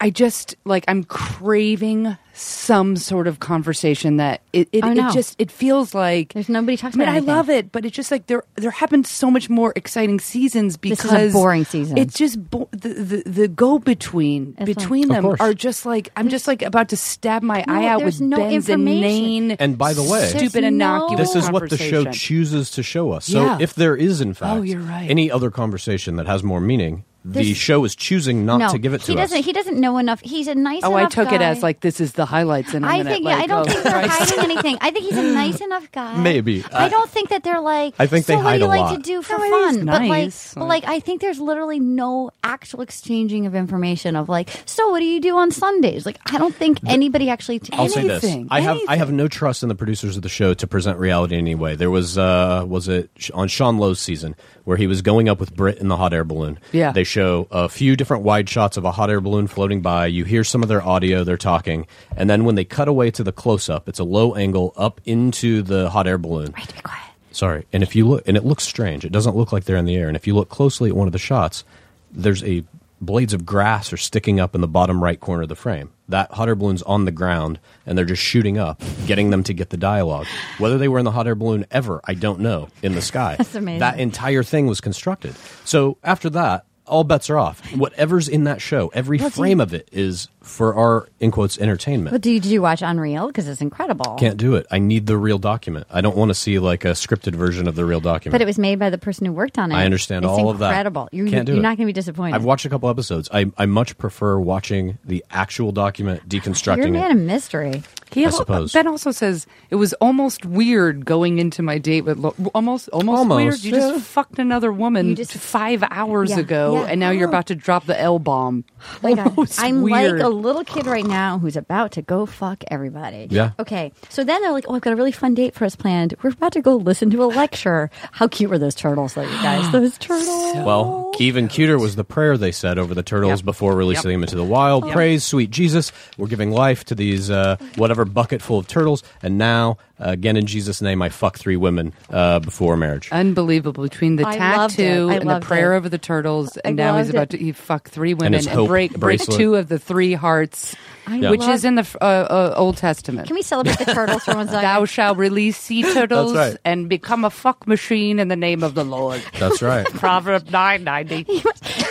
[SPEAKER 4] I just like I'm craving some sort of conversation that it it,
[SPEAKER 5] I know.
[SPEAKER 4] it just it feels like there's
[SPEAKER 5] nobody talks
[SPEAKER 4] I mean,
[SPEAKER 5] about
[SPEAKER 4] I
[SPEAKER 5] anything.
[SPEAKER 4] love it, but it's just like there there happen so much more exciting seasons
[SPEAKER 5] This is a
[SPEAKER 4] because
[SPEAKER 5] boring season.
[SPEAKER 4] It's just bo- the the, the go between
[SPEAKER 5] It's
[SPEAKER 4] between
[SPEAKER 7] fine. Of
[SPEAKER 4] them
[SPEAKER 7] course.
[SPEAKER 4] are just like I'm just like about to stab my
[SPEAKER 5] No,
[SPEAKER 4] eye out
[SPEAKER 5] there's
[SPEAKER 4] with
[SPEAKER 5] no
[SPEAKER 4] Ben's
[SPEAKER 5] information.
[SPEAKER 4] inane
[SPEAKER 7] And by the way,
[SPEAKER 4] stupid
[SPEAKER 5] There's no-
[SPEAKER 4] innocuous.
[SPEAKER 7] This is what the show
[SPEAKER 4] conversation.
[SPEAKER 7] chooses to show us. So
[SPEAKER 4] Yeah. Oh,
[SPEAKER 7] if there is, in fact,
[SPEAKER 4] you're right.
[SPEAKER 7] any other conversation that has more meaning, the
[SPEAKER 5] This-
[SPEAKER 7] show is choosing not
[SPEAKER 5] no,
[SPEAKER 7] to give it to
[SPEAKER 5] he
[SPEAKER 7] us.
[SPEAKER 5] doesn't. He doesn't know enough. He's a nice.
[SPEAKER 4] Oh, I
[SPEAKER 5] enough
[SPEAKER 4] took it
[SPEAKER 5] guy.
[SPEAKER 4] as like this is the highlights in a
[SPEAKER 5] I
[SPEAKER 4] minute.
[SPEAKER 5] think.
[SPEAKER 4] like,
[SPEAKER 5] yeah, I don't
[SPEAKER 4] oh,
[SPEAKER 5] think they're
[SPEAKER 4] Christ.
[SPEAKER 5] hiding anything. I think he's a nice enough guy.
[SPEAKER 7] Maybe.
[SPEAKER 5] Uh, I
[SPEAKER 7] I-
[SPEAKER 5] don't think that they're like.
[SPEAKER 7] I think
[SPEAKER 5] so
[SPEAKER 7] they
[SPEAKER 5] what
[SPEAKER 7] hide
[SPEAKER 5] do you
[SPEAKER 7] a
[SPEAKER 5] like to
[SPEAKER 7] lot."
[SPEAKER 5] do for
[SPEAKER 4] No, it is
[SPEAKER 5] fun? But like,
[SPEAKER 4] nice.
[SPEAKER 5] but like, I think there's literally no actual exchanging of information of like. So what do you do on Sundays? Like, I don't think anybody actually.
[SPEAKER 7] I'll say this: I have I have no trust in the producers of the show to present reality in any way. There was uh, was it sh- on Sean Lowe's season where he was going up with Britt in the hot air balloon.
[SPEAKER 4] Yeah.
[SPEAKER 7] they show a few different wide shots of a hot air balloon floating by. You hear some of their audio; they're talking, and then when they cut away to the close up, it's a low angle up into the hot air balloon.
[SPEAKER 5] Right, be quiet.
[SPEAKER 7] Sorry, and if you look, and it looks strange. It doesn't look like they're in the air. And if you look closely at one of the shots, there's a blades of grass are sticking up in the bottom right corner of the frame. That hot air balloon's on the ground, and they're just shooting up, getting them to get the dialogue. Whether they were in the hot air balloon ever, I don't know. In the sky,
[SPEAKER 5] That's amazing.
[SPEAKER 7] That entire thing was constructed. So after that, all bets are off. Whatever's in that show, every
[SPEAKER 5] Well, do
[SPEAKER 7] frame
[SPEAKER 5] you-
[SPEAKER 7] of it is for our in quotes entertainment.
[SPEAKER 5] But do you, did you watch Unreal? Because it's incredible.
[SPEAKER 7] Can't do it. I need the real document. I don't want to see like a scripted version of the real document.
[SPEAKER 5] But it was made by the person who worked on it.
[SPEAKER 7] I understand
[SPEAKER 5] It's
[SPEAKER 7] all of that.
[SPEAKER 5] incredible. You're,
[SPEAKER 7] Can't do
[SPEAKER 5] you're
[SPEAKER 7] it.
[SPEAKER 5] not going to be disappointed.
[SPEAKER 7] I've watched a couple episodes. I, I much prefer watching the actual document deconstructing
[SPEAKER 5] You're a man
[SPEAKER 7] it.
[SPEAKER 5] of mystery.
[SPEAKER 4] He
[SPEAKER 7] I
[SPEAKER 4] al-
[SPEAKER 7] suppose.
[SPEAKER 4] Ben also says it was almost weird going into my date with Lo- almost almost, weird.
[SPEAKER 7] Almost,
[SPEAKER 4] You
[SPEAKER 7] yeah.
[SPEAKER 4] just fucked another woman
[SPEAKER 5] You just-
[SPEAKER 4] five hours
[SPEAKER 5] Yeah,
[SPEAKER 4] ago,
[SPEAKER 5] yeah.
[SPEAKER 4] and now you're about to drop the L bomb.
[SPEAKER 5] Oh my God.
[SPEAKER 4] Almost
[SPEAKER 5] I'm
[SPEAKER 4] weird.
[SPEAKER 5] like a little kid right now who's about to go fuck everybody.
[SPEAKER 7] Yeah.
[SPEAKER 5] Okay. So then they're like, "Oh, I've got a really fun date for us planned. We're about to go listen to a lecture. How cute were those turtles, though, you guys? Those turtles.
[SPEAKER 7] Well, even cuter was the prayer they said over the turtles
[SPEAKER 4] Yep.
[SPEAKER 7] before releasing
[SPEAKER 4] Yep.
[SPEAKER 7] them into the wild.
[SPEAKER 4] Yep.
[SPEAKER 7] Praise, sweet Jesus. We're giving life to these, uh, whatever bucket full of turtles. And now, uh, again, in Jesus' name, I fuck three women uh, before marriage.
[SPEAKER 4] Unbelievable between the
[SPEAKER 5] I loved it.
[SPEAKER 4] tattoo
[SPEAKER 5] I
[SPEAKER 4] and the
[SPEAKER 5] loved
[SPEAKER 4] prayer
[SPEAKER 5] it.
[SPEAKER 4] over the turtles, and
[SPEAKER 5] I
[SPEAKER 4] now he's
[SPEAKER 5] loved
[SPEAKER 4] about
[SPEAKER 5] it.
[SPEAKER 4] to he fuck three women
[SPEAKER 7] his
[SPEAKER 4] and,
[SPEAKER 7] hope
[SPEAKER 4] break break
[SPEAKER 7] bracelet.
[SPEAKER 4] two of the three hearts,
[SPEAKER 5] I
[SPEAKER 7] Yeah.
[SPEAKER 4] which
[SPEAKER 5] love-
[SPEAKER 4] is in the f- uh, uh, Old Testament.
[SPEAKER 5] Can we celebrate the turtles for one second?
[SPEAKER 4] Thou shalt release sea turtles
[SPEAKER 7] right.
[SPEAKER 4] and become a fuck machine in the name of the Lord.
[SPEAKER 7] That's right.
[SPEAKER 4] Proverb nine ninety.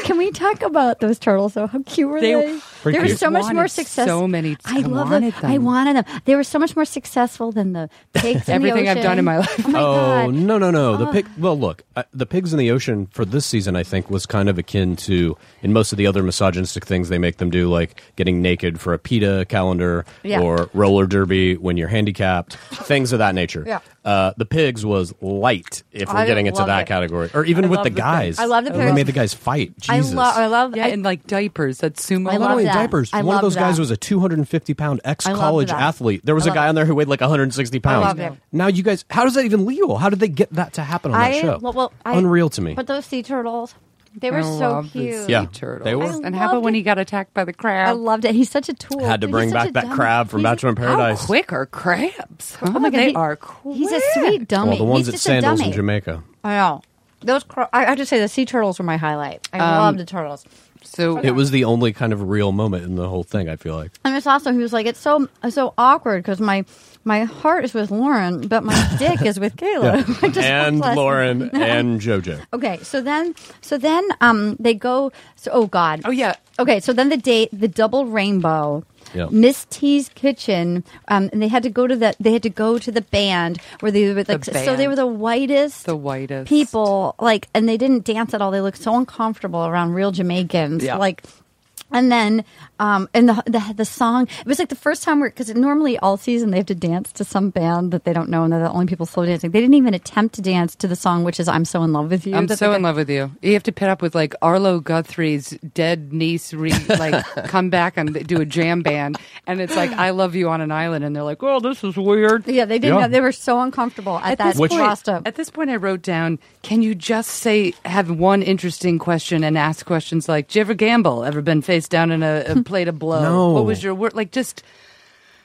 [SPEAKER 5] Can we talk about those turtles? though? how cute were
[SPEAKER 4] They-
[SPEAKER 5] they?
[SPEAKER 7] Pretty
[SPEAKER 5] They were
[SPEAKER 7] cute.
[SPEAKER 5] so much more
[SPEAKER 4] Wanted
[SPEAKER 5] successful.
[SPEAKER 4] so many- I
[SPEAKER 5] I love
[SPEAKER 4] wanted
[SPEAKER 5] I
[SPEAKER 4] them.
[SPEAKER 5] wanted them. They were so much more successful than the pigs. in the
[SPEAKER 4] Everything I've done in
[SPEAKER 5] ocean.
[SPEAKER 4] my life.
[SPEAKER 5] Oh my
[SPEAKER 7] oh
[SPEAKER 5] god!
[SPEAKER 7] no no no the pig well look uh, the pigs in the ocean for this season i think was kind of akin to in most of the other misogynistic things they make them do like getting naked for a peta calendar
[SPEAKER 5] Yeah.
[SPEAKER 7] or roller derby when you're handicapped things of that nature
[SPEAKER 5] Yeah.
[SPEAKER 7] uh, the pigs was light if we're
[SPEAKER 5] I
[SPEAKER 7] getting into
[SPEAKER 5] love
[SPEAKER 7] that
[SPEAKER 5] it.
[SPEAKER 7] category or even
[SPEAKER 4] I
[SPEAKER 7] with
[SPEAKER 4] love
[SPEAKER 7] the
[SPEAKER 4] the pigs.
[SPEAKER 7] guys
[SPEAKER 5] I love the
[SPEAKER 7] When they
[SPEAKER 5] pigs.
[SPEAKER 7] made the guys fight
[SPEAKER 5] I
[SPEAKER 7] jesus
[SPEAKER 5] love. I love.
[SPEAKER 4] Yeah,
[SPEAKER 5] I-
[SPEAKER 4] and like diapers. That sumo.
[SPEAKER 5] I
[SPEAKER 7] not
[SPEAKER 5] love
[SPEAKER 7] only
[SPEAKER 5] that.
[SPEAKER 7] diapers.
[SPEAKER 5] I
[SPEAKER 7] One of
[SPEAKER 5] love
[SPEAKER 7] those guys
[SPEAKER 5] that.
[SPEAKER 7] was a 250 pound ex
[SPEAKER 5] I love
[SPEAKER 7] college
[SPEAKER 5] that.
[SPEAKER 7] athlete. There was
[SPEAKER 5] I
[SPEAKER 7] a
[SPEAKER 5] love
[SPEAKER 7] guy
[SPEAKER 5] it.
[SPEAKER 7] on there who weighed like 160 pounds.
[SPEAKER 5] love it.
[SPEAKER 7] Now you guys, how does that even legal? How did they get that to happen on that show?
[SPEAKER 5] Well, well, I-
[SPEAKER 7] Unreal to me.
[SPEAKER 5] But those sea turtles, They were
[SPEAKER 4] I
[SPEAKER 5] so
[SPEAKER 4] love the
[SPEAKER 5] cute.
[SPEAKER 4] sea
[SPEAKER 7] Yeah,
[SPEAKER 4] turtles.
[SPEAKER 7] they were. I
[SPEAKER 4] And how about
[SPEAKER 5] loved
[SPEAKER 4] when he got attacked by the crab?
[SPEAKER 5] I loved it. He's such a tool.
[SPEAKER 7] Had to
[SPEAKER 5] He's
[SPEAKER 7] bring
[SPEAKER 5] such
[SPEAKER 7] back
[SPEAKER 5] a
[SPEAKER 7] that
[SPEAKER 5] dumb-
[SPEAKER 7] crab from
[SPEAKER 5] he's-
[SPEAKER 7] Bachelor in Paradise.
[SPEAKER 4] How quick are crabs?
[SPEAKER 5] Oh my God,
[SPEAKER 4] they
[SPEAKER 5] he-
[SPEAKER 4] are quick.
[SPEAKER 5] He's a sweet dummy.
[SPEAKER 7] Well, the ones
[SPEAKER 5] he's
[SPEAKER 7] at
[SPEAKER 5] just a
[SPEAKER 7] Sandals in
[SPEAKER 5] dummy.
[SPEAKER 7] Jamaica.
[SPEAKER 5] I know. Those cro- I I have to say the sea turtles were my highlight. I
[SPEAKER 4] Um,
[SPEAKER 5] love the turtles.
[SPEAKER 4] So
[SPEAKER 7] It was the only kind of real moment in the whole thing. I feel like.
[SPEAKER 5] And it's also he was like, it's so it's so awkward because my my heart is with Lauren, but my dick is with Caleb. I just
[SPEAKER 7] and
[SPEAKER 5] realized-
[SPEAKER 7] Lauren and JoJo.
[SPEAKER 5] Okay, so then so then um they go. So oh God.
[SPEAKER 4] Oh, yeah.
[SPEAKER 5] Okay, so then the date, the double rainbow.
[SPEAKER 7] Yeah.
[SPEAKER 5] Miss T's kitchen, um, and they had to go to the they had to go to the band where they were like so they
[SPEAKER 4] band.
[SPEAKER 5] were the whitest
[SPEAKER 4] the whitest
[SPEAKER 5] people like and they didn't dance at all they looked so uncomfortable around real jamaicans
[SPEAKER 4] Yeah.
[SPEAKER 5] like and then um and the, the the song it was like the first time where because normally all season they have to dance to some band that they don't know and they're the only people slow dancing they didn't even attempt to dance to the song which is i'm so in love with you
[SPEAKER 4] I'm
[SPEAKER 5] That's
[SPEAKER 4] so
[SPEAKER 5] like
[SPEAKER 4] in
[SPEAKER 5] a-
[SPEAKER 4] love with you. You have to put up with like Arlo Guthrie's dead niece, re- like come back and do a jam band, and it's like I love you on an island, and they're like, well, this is weird.
[SPEAKER 5] yeah they didn't
[SPEAKER 7] Yeah.
[SPEAKER 5] know they were so uncomfortable at, that
[SPEAKER 7] Which- point-
[SPEAKER 5] crossed up
[SPEAKER 4] at this point, I wrote down, can you just say, have one interesting question and ask questions like, do you ever gamble? Ever been face down in a, a plate of blow?
[SPEAKER 7] No.
[SPEAKER 4] What was your word? Like, just,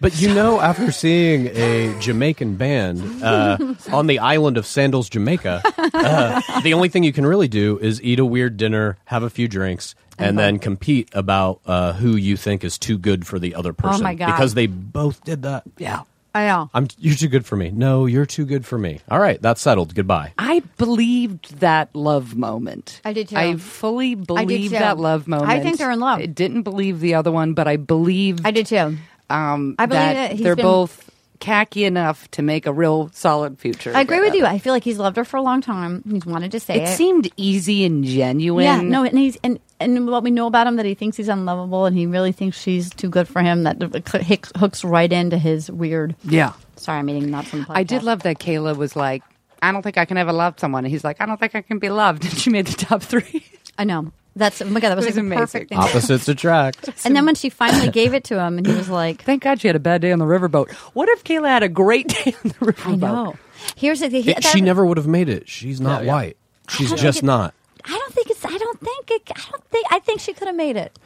[SPEAKER 7] But you know, after seeing a Jamaican band uh, on the island of Sandals, Jamaica, uh, the only thing you can really do is eat a weird dinner, have a few drinks, and then compete about uh, who you think is too good for the
[SPEAKER 4] Oh
[SPEAKER 7] other person.
[SPEAKER 5] my God.
[SPEAKER 7] Because they both did that. Yeah.
[SPEAKER 5] i know
[SPEAKER 7] I'm, you're too good for me. No, you're too good for me. All right, that's settled. Goodbye.
[SPEAKER 4] I believed that love moment.
[SPEAKER 5] I did too.
[SPEAKER 4] I fully believed
[SPEAKER 5] too.
[SPEAKER 4] that love
[SPEAKER 5] I
[SPEAKER 4] moment.
[SPEAKER 5] think they're in love.
[SPEAKER 4] I didn't believe the other one, but I believed
[SPEAKER 5] i did too
[SPEAKER 4] um,
[SPEAKER 5] I believe
[SPEAKER 4] that
[SPEAKER 5] it. He's
[SPEAKER 4] they're
[SPEAKER 5] been-
[SPEAKER 4] both khaki enough to make a real solid future.
[SPEAKER 5] i agree
[SPEAKER 4] for
[SPEAKER 5] with
[SPEAKER 4] them.
[SPEAKER 5] you i feel like he's loved her for a long time he's wanted to say
[SPEAKER 4] It seemed easy and genuine.
[SPEAKER 5] Yeah, no, and he's and and what we know about him that he thinks he's unlovable and he really thinks she's too good for him. That hicks- hooks right into his weird.
[SPEAKER 4] Yeah.
[SPEAKER 5] Sorry, I'm eating nuts. on the
[SPEAKER 4] I did
[SPEAKER 5] podcast.
[SPEAKER 4] love that Kayla was like, I don't think I can ever love someone. And he's like, I don't think I can be loved. And she made the top three.
[SPEAKER 5] I know that's oh my god, that was,
[SPEAKER 4] It was
[SPEAKER 5] like the
[SPEAKER 4] amazing.
[SPEAKER 5] perfect thing.
[SPEAKER 7] Opposites attract.
[SPEAKER 5] And then when she finally gave it to him, and he was like,
[SPEAKER 4] Thank God she had a bad day on the riverboat. What if Kayla had a great day on the riverboat?
[SPEAKER 5] "I know." Here's the thing.
[SPEAKER 7] It- she never would have made it. She's not white. She's
[SPEAKER 5] don't
[SPEAKER 7] just
[SPEAKER 5] get-
[SPEAKER 7] not.
[SPEAKER 5] I don't think it's. I don't think. It, I don't think. I think she could have made it.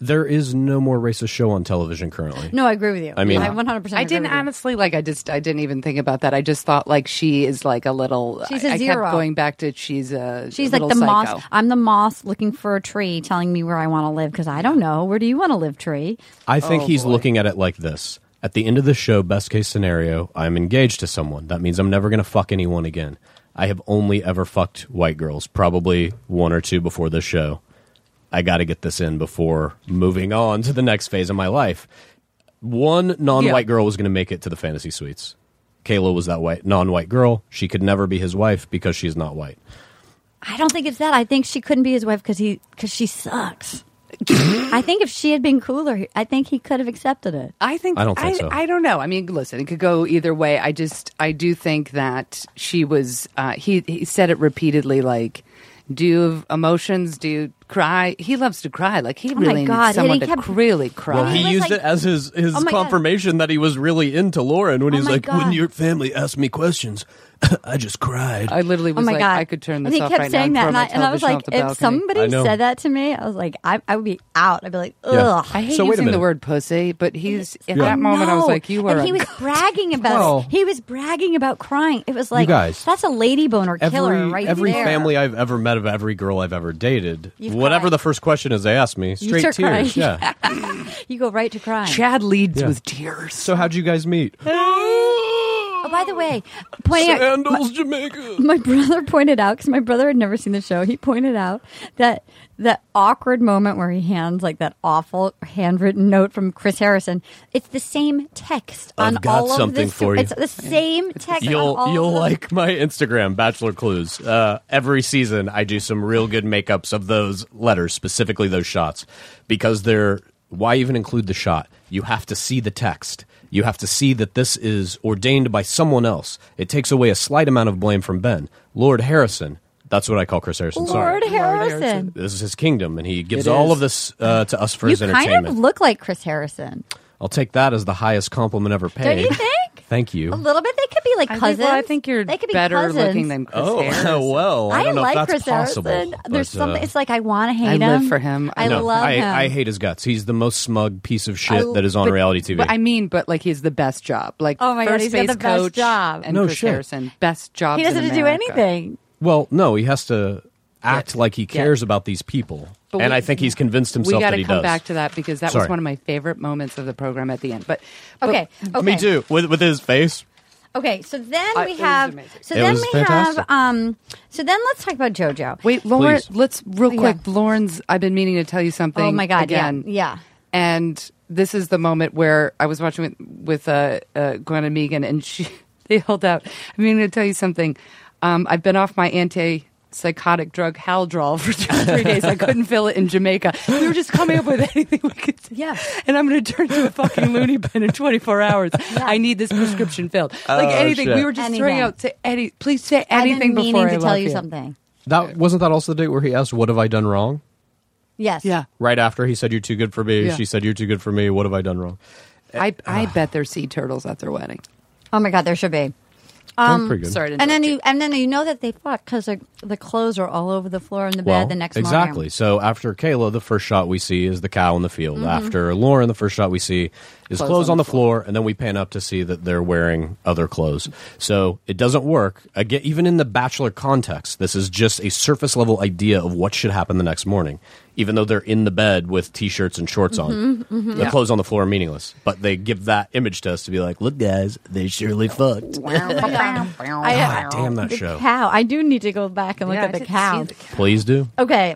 [SPEAKER 7] There is no more racist show on television currently.
[SPEAKER 5] No, I agree with you.
[SPEAKER 7] I mean-
[SPEAKER 5] I 100. percent
[SPEAKER 4] I didn't honestly like. I just I didn't even think about that. I just thought like she is like a little.
[SPEAKER 5] She's
[SPEAKER 4] a
[SPEAKER 5] a zero.
[SPEAKER 4] kept going back to she's a.
[SPEAKER 5] She's like
[SPEAKER 4] little
[SPEAKER 5] the
[SPEAKER 4] psycho.
[SPEAKER 5] moss. I'm the moss looking for a tree, telling me where I want to live because I don't know. Where do you want to live, tree?
[SPEAKER 7] I think
[SPEAKER 4] Oh,
[SPEAKER 7] he's
[SPEAKER 4] boy.
[SPEAKER 7] looking at it like this. At the end of the show, best case scenario, I'm engaged to someone. That means I'm never going to fuck anyone again. I have only ever fucked white girls, probably one or two before this show. I got to get this in before moving on to the next phase of my life. One non white
[SPEAKER 4] Yeah.
[SPEAKER 7] girl was going to make it to the fantasy suites. Kayla was that white non white girl. She could never be his wife because she's not white.
[SPEAKER 5] I don't think it's that. I think she couldn't be his wife because he because she sucks. I think if she had been cooler, he- I think he could have accepted it.
[SPEAKER 4] I think
[SPEAKER 7] I don't think
[SPEAKER 4] I,
[SPEAKER 7] so.
[SPEAKER 4] I don't know. I mean, listen, it could go either way. I just I do think that she was. Uh, he he said it repeatedly, like, do you have emotions? Do you cry? He loves to cry. Like he
[SPEAKER 5] my
[SPEAKER 4] really
[SPEAKER 5] God,
[SPEAKER 4] needs someone
[SPEAKER 5] and he
[SPEAKER 4] to
[SPEAKER 5] kept-
[SPEAKER 4] really cry.
[SPEAKER 7] Well, he
[SPEAKER 5] was
[SPEAKER 7] used
[SPEAKER 5] like-
[SPEAKER 7] it as his, his
[SPEAKER 5] Oh my God.
[SPEAKER 7] confirmation that he was really into Lauren when
[SPEAKER 5] Oh
[SPEAKER 7] he's
[SPEAKER 5] my
[SPEAKER 7] like,
[SPEAKER 5] God.
[SPEAKER 7] when your family asked me questions, I just cried.
[SPEAKER 4] I literally
[SPEAKER 5] Oh
[SPEAKER 4] was
[SPEAKER 5] my
[SPEAKER 4] like,
[SPEAKER 5] god!
[SPEAKER 4] I could turn
[SPEAKER 5] And
[SPEAKER 4] this
[SPEAKER 5] he
[SPEAKER 4] off
[SPEAKER 5] kept
[SPEAKER 4] right
[SPEAKER 5] saying
[SPEAKER 4] now.
[SPEAKER 5] that, and I,
[SPEAKER 4] and, throw
[SPEAKER 5] and
[SPEAKER 4] my
[SPEAKER 5] I was
[SPEAKER 4] television
[SPEAKER 5] like,
[SPEAKER 4] off the
[SPEAKER 5] if
[SPEAKER 4] balcony.
[SPEAKER 7] I
[SPEAKER 5] somebody
[SPEAKER 7] know.
[SPEAKER 5] said that to me, I was like, I, I would be out. I'd be like,
[SPEAKER 7] Yeah.
[SPEAKER 5] ugh.
[SPEAKER 4] I hate
[SPEAKER 7] So wait a
[SPEAKER 4] using the
[SPEAKER 7] minute.
[SPEAKER 4] word pussy, but he's at
[SPEAKER 7] Yeah.
[SPEAKER 4] that moment. I was
[SPEAKER 5] No.
[SPEAKER 4] like, you are.
[SPEAKER 5] And
[SPEAKER 4] a
[SPEAKER 5] he was
[SPEAKER 4] cunt.
[SPEAKER 5] bragging about.
[SPEAKER 7] Well-
[SPEAKER 5] he was bragging about crying. It was like,
[SPEAKER 7] guys,
[SPEAKER 5] that's a lady boner killer
[SPEAKER 7] every
[SPEAKER 5] right
[SPEAKER 7] every
[SPEAKER 5] there.
[SPEAKER 7] family I've ever met of every girl I've ever dated,
[SPEAKER 5] You've
[SPEAKER 7] whatever
[SPEAKER 5] cried.
[SPEAKER 7] the first question is they ask me,
[SPEAKER 5] You
[SPEAKER 7] straight
[SPEAKER 5] start
[SPEAKER 7] tears.
[SPEAKER 5] crying.
[SPEAKER 7] Yeah.
[SPEAKER 5] you go right to crying.
[SPEAKER 4] Chad leads
[SPEAKER 7] Yeah.
[SPEAKER 4] with tears.
[SPEAKER 7] so how'd you guys meet?
[SPEAKER 5] oh, by the way, pointing out,
[SPEAKER 7] Sandals, Jamaica.
[SPEAKER 5] my brother pointed out because my brother had never seen the show. He pointed out that that awkward moment where he hands like that awful handwritten note from Chris Harrison. It's the same text
[SPEAKER 7] I've
[SPEAKER 5] on
[SPEAKER 7] got
[SPEAKER 5] all
[SPEAKER 7] something
[SPEAKER 5] of the
[SPEAKER 7] for you.
[SPEAKER 5] It's the same text. on
[SPEAKER 7] You'll
[SPEAKER 5] all
[SPEAKER 7] you'll
[SPEAKER 5] of them.
[SPEAKER 7] like my Instagram Bachelor Clues. Uh, every season, I do some real good makeups of those letters, specifically those shots, because they're why even include the shot? You have to see the text. You have to see that this is ordained by someone else. It takes away a slight amount of blame from Ben, Lord Harrison. That's what I call Chris Harrison. sorry.
[SPEAKER 5] Lord Harrison.
[SPEAKER 7] This is his kingdom, and he gives
[SPEAKER 4] It
[SPEAKER 7] all
[SPEAKER 4] is.
[SPEAKER 7] of this uh, to us for
[SPEAKER 5] You
[SPEAKER 7] his
[SPEAKER 5] kind
[SPEAKER 7] entertainment.
[SPEAKER 5] of look like Chris Harrison,
[SPEAKER 7] I'll take that as the highest compliment ever paid.
[SPEAKER 5] don't you think? look.
[SPEAKER 7] Thank you.
[SPEAKER 5] A little bit. They could be like
[SPEAKER 4] I think-
[SPEAKER 5] cousins.
[SPEAKER 4] well, I think you're
[SPEAKER 5] they could be
[SPEAKER 4] better
[SPEAKER 5] cousins.
[SPEAKER 4] looking than Chris
[SPEAKER 7] Oh,
[SPEAKER 4] Harrison.
[SPEAKER 7] well, I don't know if
[SPEAKER 5] like
[SPEAKER 7] that's
[SPEAKER 5] Chris
[SPEAKER 7] possible,
[SPEAKER 5] Harrison. There's
[SPEAKER 7] but, uh,
[SPEAKER 5] something. It's like I want to hate
[SPEAKER 4] I
[SPEAKER 5] him.
[SPEAKER 4] live for him.
[SPEAKER 5] I
[SPEAKER 7] No,
[SPEAKER 5] love
[SPEAKER 7] I,
[SPEAKER 5] him.
[SPEAKER 7] I hate his guts. He's the most smug piece of
[SPEAKER 4] I
[SPEAKER 7] shit
[SPEAKER 4] l-
[SPEAKER 7] that is on
[SPEAKER 4] but-
[SPEAKER 7] reality TV.
[SPEAKER 4] But I mean, but like he's the best job. Like
[SPEAKER 5] Oh my God,
[SPEAKER 4] first
[SPEAKER 5] he's got
[SPEAKER 4] base
[SPEAKER 5] the best
[SPEAKER 4] coach
[SPEAKER 5] job.
[SPEAKER 4] and
[SPEAKER 7] No
[SPEAKER 4] Chris
[SPEAKER 7] shit.
[SPEAKER 4] Harrison, best job.
[SPEAKER 5] he doesn't have to do anything.
[SPEAKER 7] well, no, he has to act like he
[SPEAKER 4] Yeah.
[SPEAKER 7] cares about these people,
[SPEAKER 4] But
[SPEAKER 7] and
[SPEAKER 4] we-
[SPEAKER 7] I think he's convinced
[SPEAKER 4] We
[SPEAKER 7] himself
[SPEAKER 4] got
[SPEAKER 7] that
[SPEAKER 4] to
[SPEAKER 7] he
[SPEAKER 4] come
[SPEAKER 7] does.
[SPEAKER 4] back to that because that
[SPEAKER 7] Sorry.
[SPEAKER 4] was one of my favorite moments of the program at the end. But, but
[SPEAKER 5] Okay. Okay.
[SPEAKER 7] Me too. With with his face.
[SPEAKER 5] Okay. So then
[SPEAKER 4] I- it
[SPEAKER 5] we
[SPEAKER 4] was
[SPEAKER 5] have.
[SPEAKER 4] amazing.
[SPEAKER 5] So
[SPEAKER 7] It
[SPEAKER 5] then
[SPEAKER 7] was
[SPEAKER 5] we have.
[SPEAKER 7] fantastic.
[SPEAKER 5] Um. So then let's talk about JoJo.
[SPEAKER 4] Wait, Lauren.
[SPEAKER 7] Please.
[SPEAKER 4] Let's real
[SPEAKER 5] Yeah.
[SPEAKER 4] quick. Lauren's. I've been meaning to tell you something.
[SPEAKER 5] Oh my God.
[SPEAKER 4] Again.
[SPEAKER 5] Yeah. Yeah.
[SPEAKER 4] And this is the moment where I was watching with, with uh, uh, Gwen and Megan, and she they held out. I'm going to tell you something. Um, I've been off my anti. Psychotic drug Haldrol for two or three days. I couldn't feel it in Jamaica. We were just coming up with anything we could.
[SPEAKER 5] Yeah.
[SPEAKER 4] And I'm going to turn into a fucking loony bin in 24 hours. I need this prescription filled. Like anything.
[SPEAKER 7] Oh, shit.
[SPEAKER 4] We were just throwing
[SPEAKER 5] Anything.
[SPEAKER 4] out to any. Please say
[SPEAKER 5] I've
[SPEAKER 4] anything
[SPEAKER 5] been meaning
[SPEAKER 4] before
[SPEAKER 5] to
[SPEAKER 4] I
[SPEAKER 5] tell
[SPEAKER 4] love
[SPEAKER 5] you something.
[SPEAKER 7] That wasn't that also the date where he asked, "What have I done wrong?"
[SPEAKER 5] Yes.
[SPEAKER 4] Yeah.
[SPEAKER 7] Right after he said, "You're too good for me,"
[SPEAKER 4] Yeah.
[SPEAKER 7] she said, "You're too good for me." What have I done wrong?
[SPEAKER 4] I, I bet there's sea turtles at their wedding.
[SPEAKER 5] Oh my God. There should be.
[SPEAKER 7] Um, pretty good.
[SPEAKER 4] Sorry to
[SPEAKER 5] And then
[SPEAKER 4] interrupt
[SPEAKER 5] you and then you know that they fuck because the clothes are all over the floor in the
[SPEAKER 7] well,
[SPEAKER 5] bed the next
[SPEAKER 7] exactly.
[SPEAKER 5] morning.
[SPEAKER 7] So after Kayla, the first shot we see is the cow in the field. After Lauren, the first shot we see is clothes, on the floor. and then we pan up to see that they're wearing other clothes. So it doesn't work. Again, even in the bachelor context, this is just a surface level idea of what should happen the next morning. Even though they're in the bed with t-shirts and shorts on, the clothes on the floor are meaningless. But they give that image to us to be like, "Look, guys, they surely fucked."
[SPEAKER 5] I,
[SPEAKER 7] God damn that
[SPEAKER 5] the
[SPEAKER 7] show!
[SPEAKER 5] cow. I do need to go back and look
[SPEAKER 4] Yeah,
[SPEAKER 5] at
[SPEAKER 4] I
[SPEAKER 5] the
[SPEAKER 4] didn't see
[SPEAKER 5] cow.
[SPEAKER 4] the cow.
[SPEAKER 7] Please do.
[SPEAKER 5] Okay.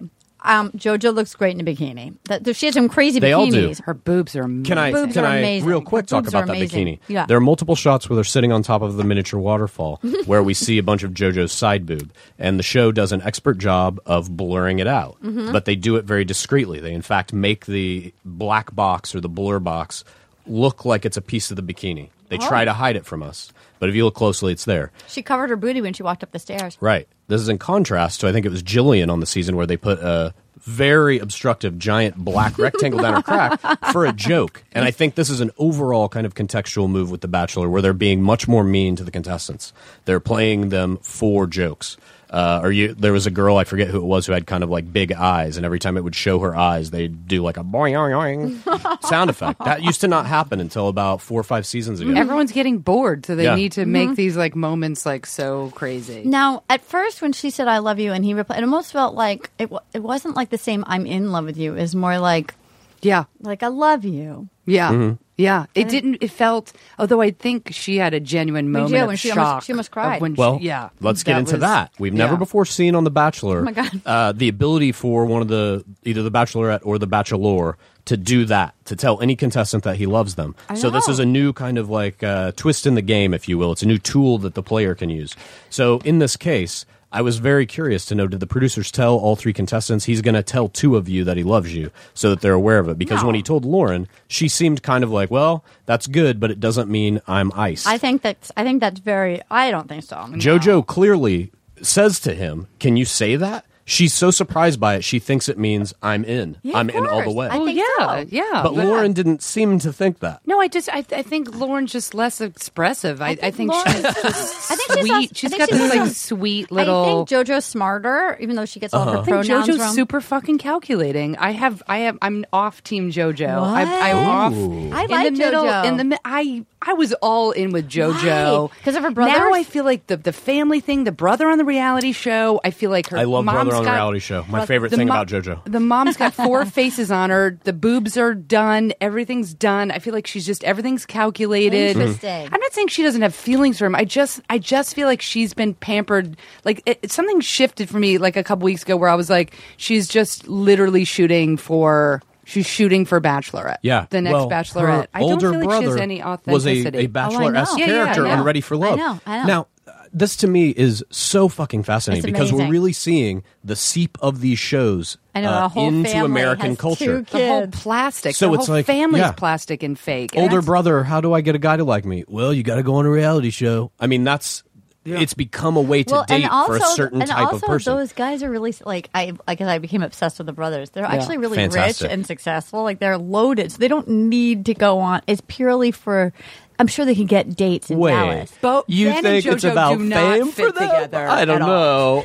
[SPEAKER 5] Um, JoJo looks great in a bikini. That, she has some crazy
[SPEAKER 7] They
[SPEAKER 5] bikinis.
[SPEAKER 7] all do.
[SPEAKER 4] Her boobs are
[SPEAKER 7] Can I
[SPEAKER 5] boobs
[SPEAKER 7] can
[SPEAKER 5] are
[SPEAKER 7] I
[SPEAKER 5] amazing.
[SPEAKER 7] real quick
[SPEAKER 5] The
[SPEAKER 7] talk
[SPEAKER 5] boobs
[SPEAKER 7] about
[SPEAKER 5] are
[SPEAKER 7] that
[SPEAKER 5] amazing.
[SPEAKER 7] bikini?
[SPEAKER 5] Yeah.
[SPEAKER 7] There are multiple shots where they're sitting on top of the miniature waterfall where we see a bunch of JoJo's side boob, and the show does an expert job of blurring it out.
[SPEAKER 5] Mm-hmm.
[SPEAKER 7] But they do it very discreetly. They in fact make the black box or the blur box look like it's a piece of the bikini. They
[SPEAKER 5] Oh.
[SPEAKER 7] try to hide it from us, but if you look closely, it's there.
[SPEAKER 5] She covered her booty when she walked up the stairs.
[SPEAKER 7] Right. This is in contrast to I think it was Jillian on the season where they put a very obstructive giant black rectangle down her crack for a joke. And I think this is an overall kind of contextual move with The Bachelor where they're being much more mean to the contestants. They're playing them for jokes. Uh, or you, there was a girl I forget who it was who had kind of like big eyes, and every time it would show her eyes, they'd do like a boing oing oing sound effect. That used to not happen until about four or five seasons ago.
[SPEAKER 4] Everyone's getting bored, so they
[SPEAKER 7] Yeah.
[SPEAKER 4] need to make these like moments like so crazy.
[SPEAKER 5] Now, at first, when she said "I love you" and he replied, it almost felt like it. wa- It wasn't like the same "I'm in love with you." It was more like
[SPEAKER 4] Yeah,
[SPEAKER 5] like "I love you."
[SPEAKER 4] yeah, Mm-hmm. yeah. It didn't. It felt. Although I think she had a genuine moment
[SPEAKER 5] do,
[SPEAKER 4] of
[SPEAKER 5] and she
[SPEAKER 4] shock.
[SPEAKER 5] almost- she almost
[SPEAKER 4] of
[SPEAKER 5] cried.
[SPEAKER 4] When she-
[SPEAKER 7] Well,
[SPEAKER 4] yeah.
[SPEAKER 7] Let's get into
[SPEAKER 4] was-
[SPEAKER 7] that. We've never
[SPEAKER 4] yeah.
[SPEAKER 7] before seen on The Bachelor.
[SPEAKER 5] my God.
[SPEAKER 7] Uh, the ability for one of the either the Bachelorette or the Bachelor to do that to tell any contestant that he loves them. so this
[SPEAKER 5] know.
[SPEAKER 7] is a new kind of like uh, twist in the game, if you will. It's a new tool that the player can use. So in this case. I was very curious to know did the producers tell all three contestants he's going to tell two of you that he loves you so that they're aware of it because when he told Lauren she seemed kind of like well that's good but it doesn't mean I'm ice.
[SPEAKER 5] I think that's. I think that's very. I don't think so.
[SPEAKER 7] Jojo clearly says to him, "Can you say that?" She's so surprised by it, she thinks it means I'm in.
[SPEAKER 5] Yeah,
[SPEAKER 7] I'm
[SPEAKER 5] of
[SPEAKER 7] in all the
[SPEAKER 5] course.
[SPEAKER 7] way.
[SPEAKER 5] I
[SPEAKER 4] Well,
[SPEAKER 5] think
[SPEAKER 4] Oh, yeah,
[SPEAKER 5] so.
[SPEAKER 4] yeah.
[SPEAKER 7] but Lauren didn't seem to think that.
[SPEAKER 4] No, I just I, I think Lauren's just less expressive. I, I think,
[SPEAKER 5] Lauren-
[SPEAKER 4] she's just
[SPEAKER 5] I think she's
[SPEAKER 4] sweet.
[SPEAKER 5] also-
[SPEAKER 4] she's
[SPEAKER 5] I think
[SPEAKER 4] got
[SPEAKER 5] she's
[SPEAKER 4] this like
[SPEAKER 5] also-
[SPEAKER 4] sweet
[SPEAKER 5] I
[SPEAKER 4] little.
[SPEAKER 5] think JoJo's smarter, even though she gets
[SPEAKER 4] I
[SPEAKER 5] all
[SPEAKER 7] Uh-huh.
[SPEAKER 5] her
[SPEAKER 4] think
[SPEAKER 5] pronouns
[SPEAKER 4] JoJo's
[SPEAKER 5] wrong.
[SPEAKER 4] super fucking calculating. I have, I have, I'm off team JoJo. I, I'm
[SPEAKER 5] What?
[SPEAKER 4] off.
[SPEAKER 5] Ooh. I
[SPEAKER 4] in
[SPEAKER 5] like
[SPEAKER 4] the middle.
[SPEAKER 5] JoJo.
[SPEAKER 4] In the mi- I, I was all in with JoJo
[SPEAKER 5] Why? 'Cause of her brothers?
[SPEAKER 4] Now I feel like the the family thing, the brother on the reality show. I feel like her.
[SPEAKER 7] I love
[SPEAKER 4] mom's
[SPEAKER 7] brother on the
[SPEAKER 4] got-
[SPEAKER 7] reality show. My favorite
[SPEAKER 4] the
[SPEAKER 7] thing
[SPEAKER 4] mo-
[SPEAKER 7] about JoJo.
[SPEAKER 4] The mom's got four faces on her. The boobs are done. Everything's done. I feel like she's just everything's calculated.
[SPEAKER 5] Interesting.
[SPEAKER 4] I'm not saying she doesn't have feelings for him. I just I just feel like she's been pampered. Like it, it- something shifted for me like a couple weeks ago where I was like, she's just literally shooting for she's shooting for Bachelorette.
[SPEAKER 7] Yeah,
[SPEAKER 4] the next
[SPEAKER 7] well, her
[SPEAKER 4] Bachelorette. I don't
[SPEAKER 7] older
[SPEAKER 4] feel like she has
[SPEAKER 7] brother
[SPEAKER 4] any
[SPEAKER 7] Was a,
[SPEAKER 4] authenticity. Oh,
[SPEAKER 7] a bachelorette
[SPEAKER 5] know. Yeah, yeah, I
[SPEAKER 7] character on
[SPEAKER 5] know.
[SPEAKER 7] Ready for
[SPEAKER 5] I
[SPEAKER 7] Love.
[SPEAKER 5] know, I know.
[SPEAKER 7] Now, uh, this to me is so fucking fascinating
[SPEAKER 5] It's
[SPEAKER 7] because we're
[SPEAKER 5] amazing.
[SPEAKER 7] really seeing the seep of these shows
[SPEAKER 5] I know,
[SPEAKER 7] uh,
[SPEAKER 5] a whole
[SPEAKER 7] into
[SPEAKER 5] family
[SPEAKER 7] American
[SPEAKER 5] has two
[SPEAKER 7] culture.
[SPEAKER 5] kids.
[SPEAKER 4] the whole
[SPEAKER 5] kid.
[SPEAKER 4] plastic.
[SPEAKER 7] So
[SPEAKER 4] the
[SPEAKER 7] it's
[SPEAKER 4] whole
[SPEAKER 7] like-
[SPEAKER 4] family's
[SPEAKER 7] yeah.
[SPEAKER 4] plastic and fake. And
[SPEAKER 7] older
[SPEAKER 4] that's-
[SPEAKER 7] brother, how do I get a guy to like me? Well, you got to go on a reality show. I mean, that's it's become a way to date for a certain
[SPEAKER 5] and
[SPEAKER 7] type
[SPEAKER 5] also
[SPEAKER 7] of person.
[SPEAKER 5] those guys are really like I like I became obsessed with the brothers. They're
[SPEAKER 7] Yeah.
[SPEAKER 5] actually really
[SPEAKER 7] Fantastic.
[SPEAKER 5] rich and successful. Like they're loaded, so they don't need to go on. It's purely for. I'm sure they can get dates in
[SPEAKER 7] Wait,
[SPEAKER 5] Dallas.
[SPEAKER 7] you
[SPEAKER 4] Ben and
[SPEAKER 7] think it's
[SPEAKER 4] JoJo
[SPEAKER 7] about
[SPEAKER 4] do not
[SPEAKER 7] fame
[SPEAKER 4] fit
[SPEAKER 7] for them?
[SPEAKER 4] together
[SPEAKER 7] I
[SPEAKER 4] at
[SPEAKER 7] don't
[SPEAKER 4] all.
[SPEAKER 7] know.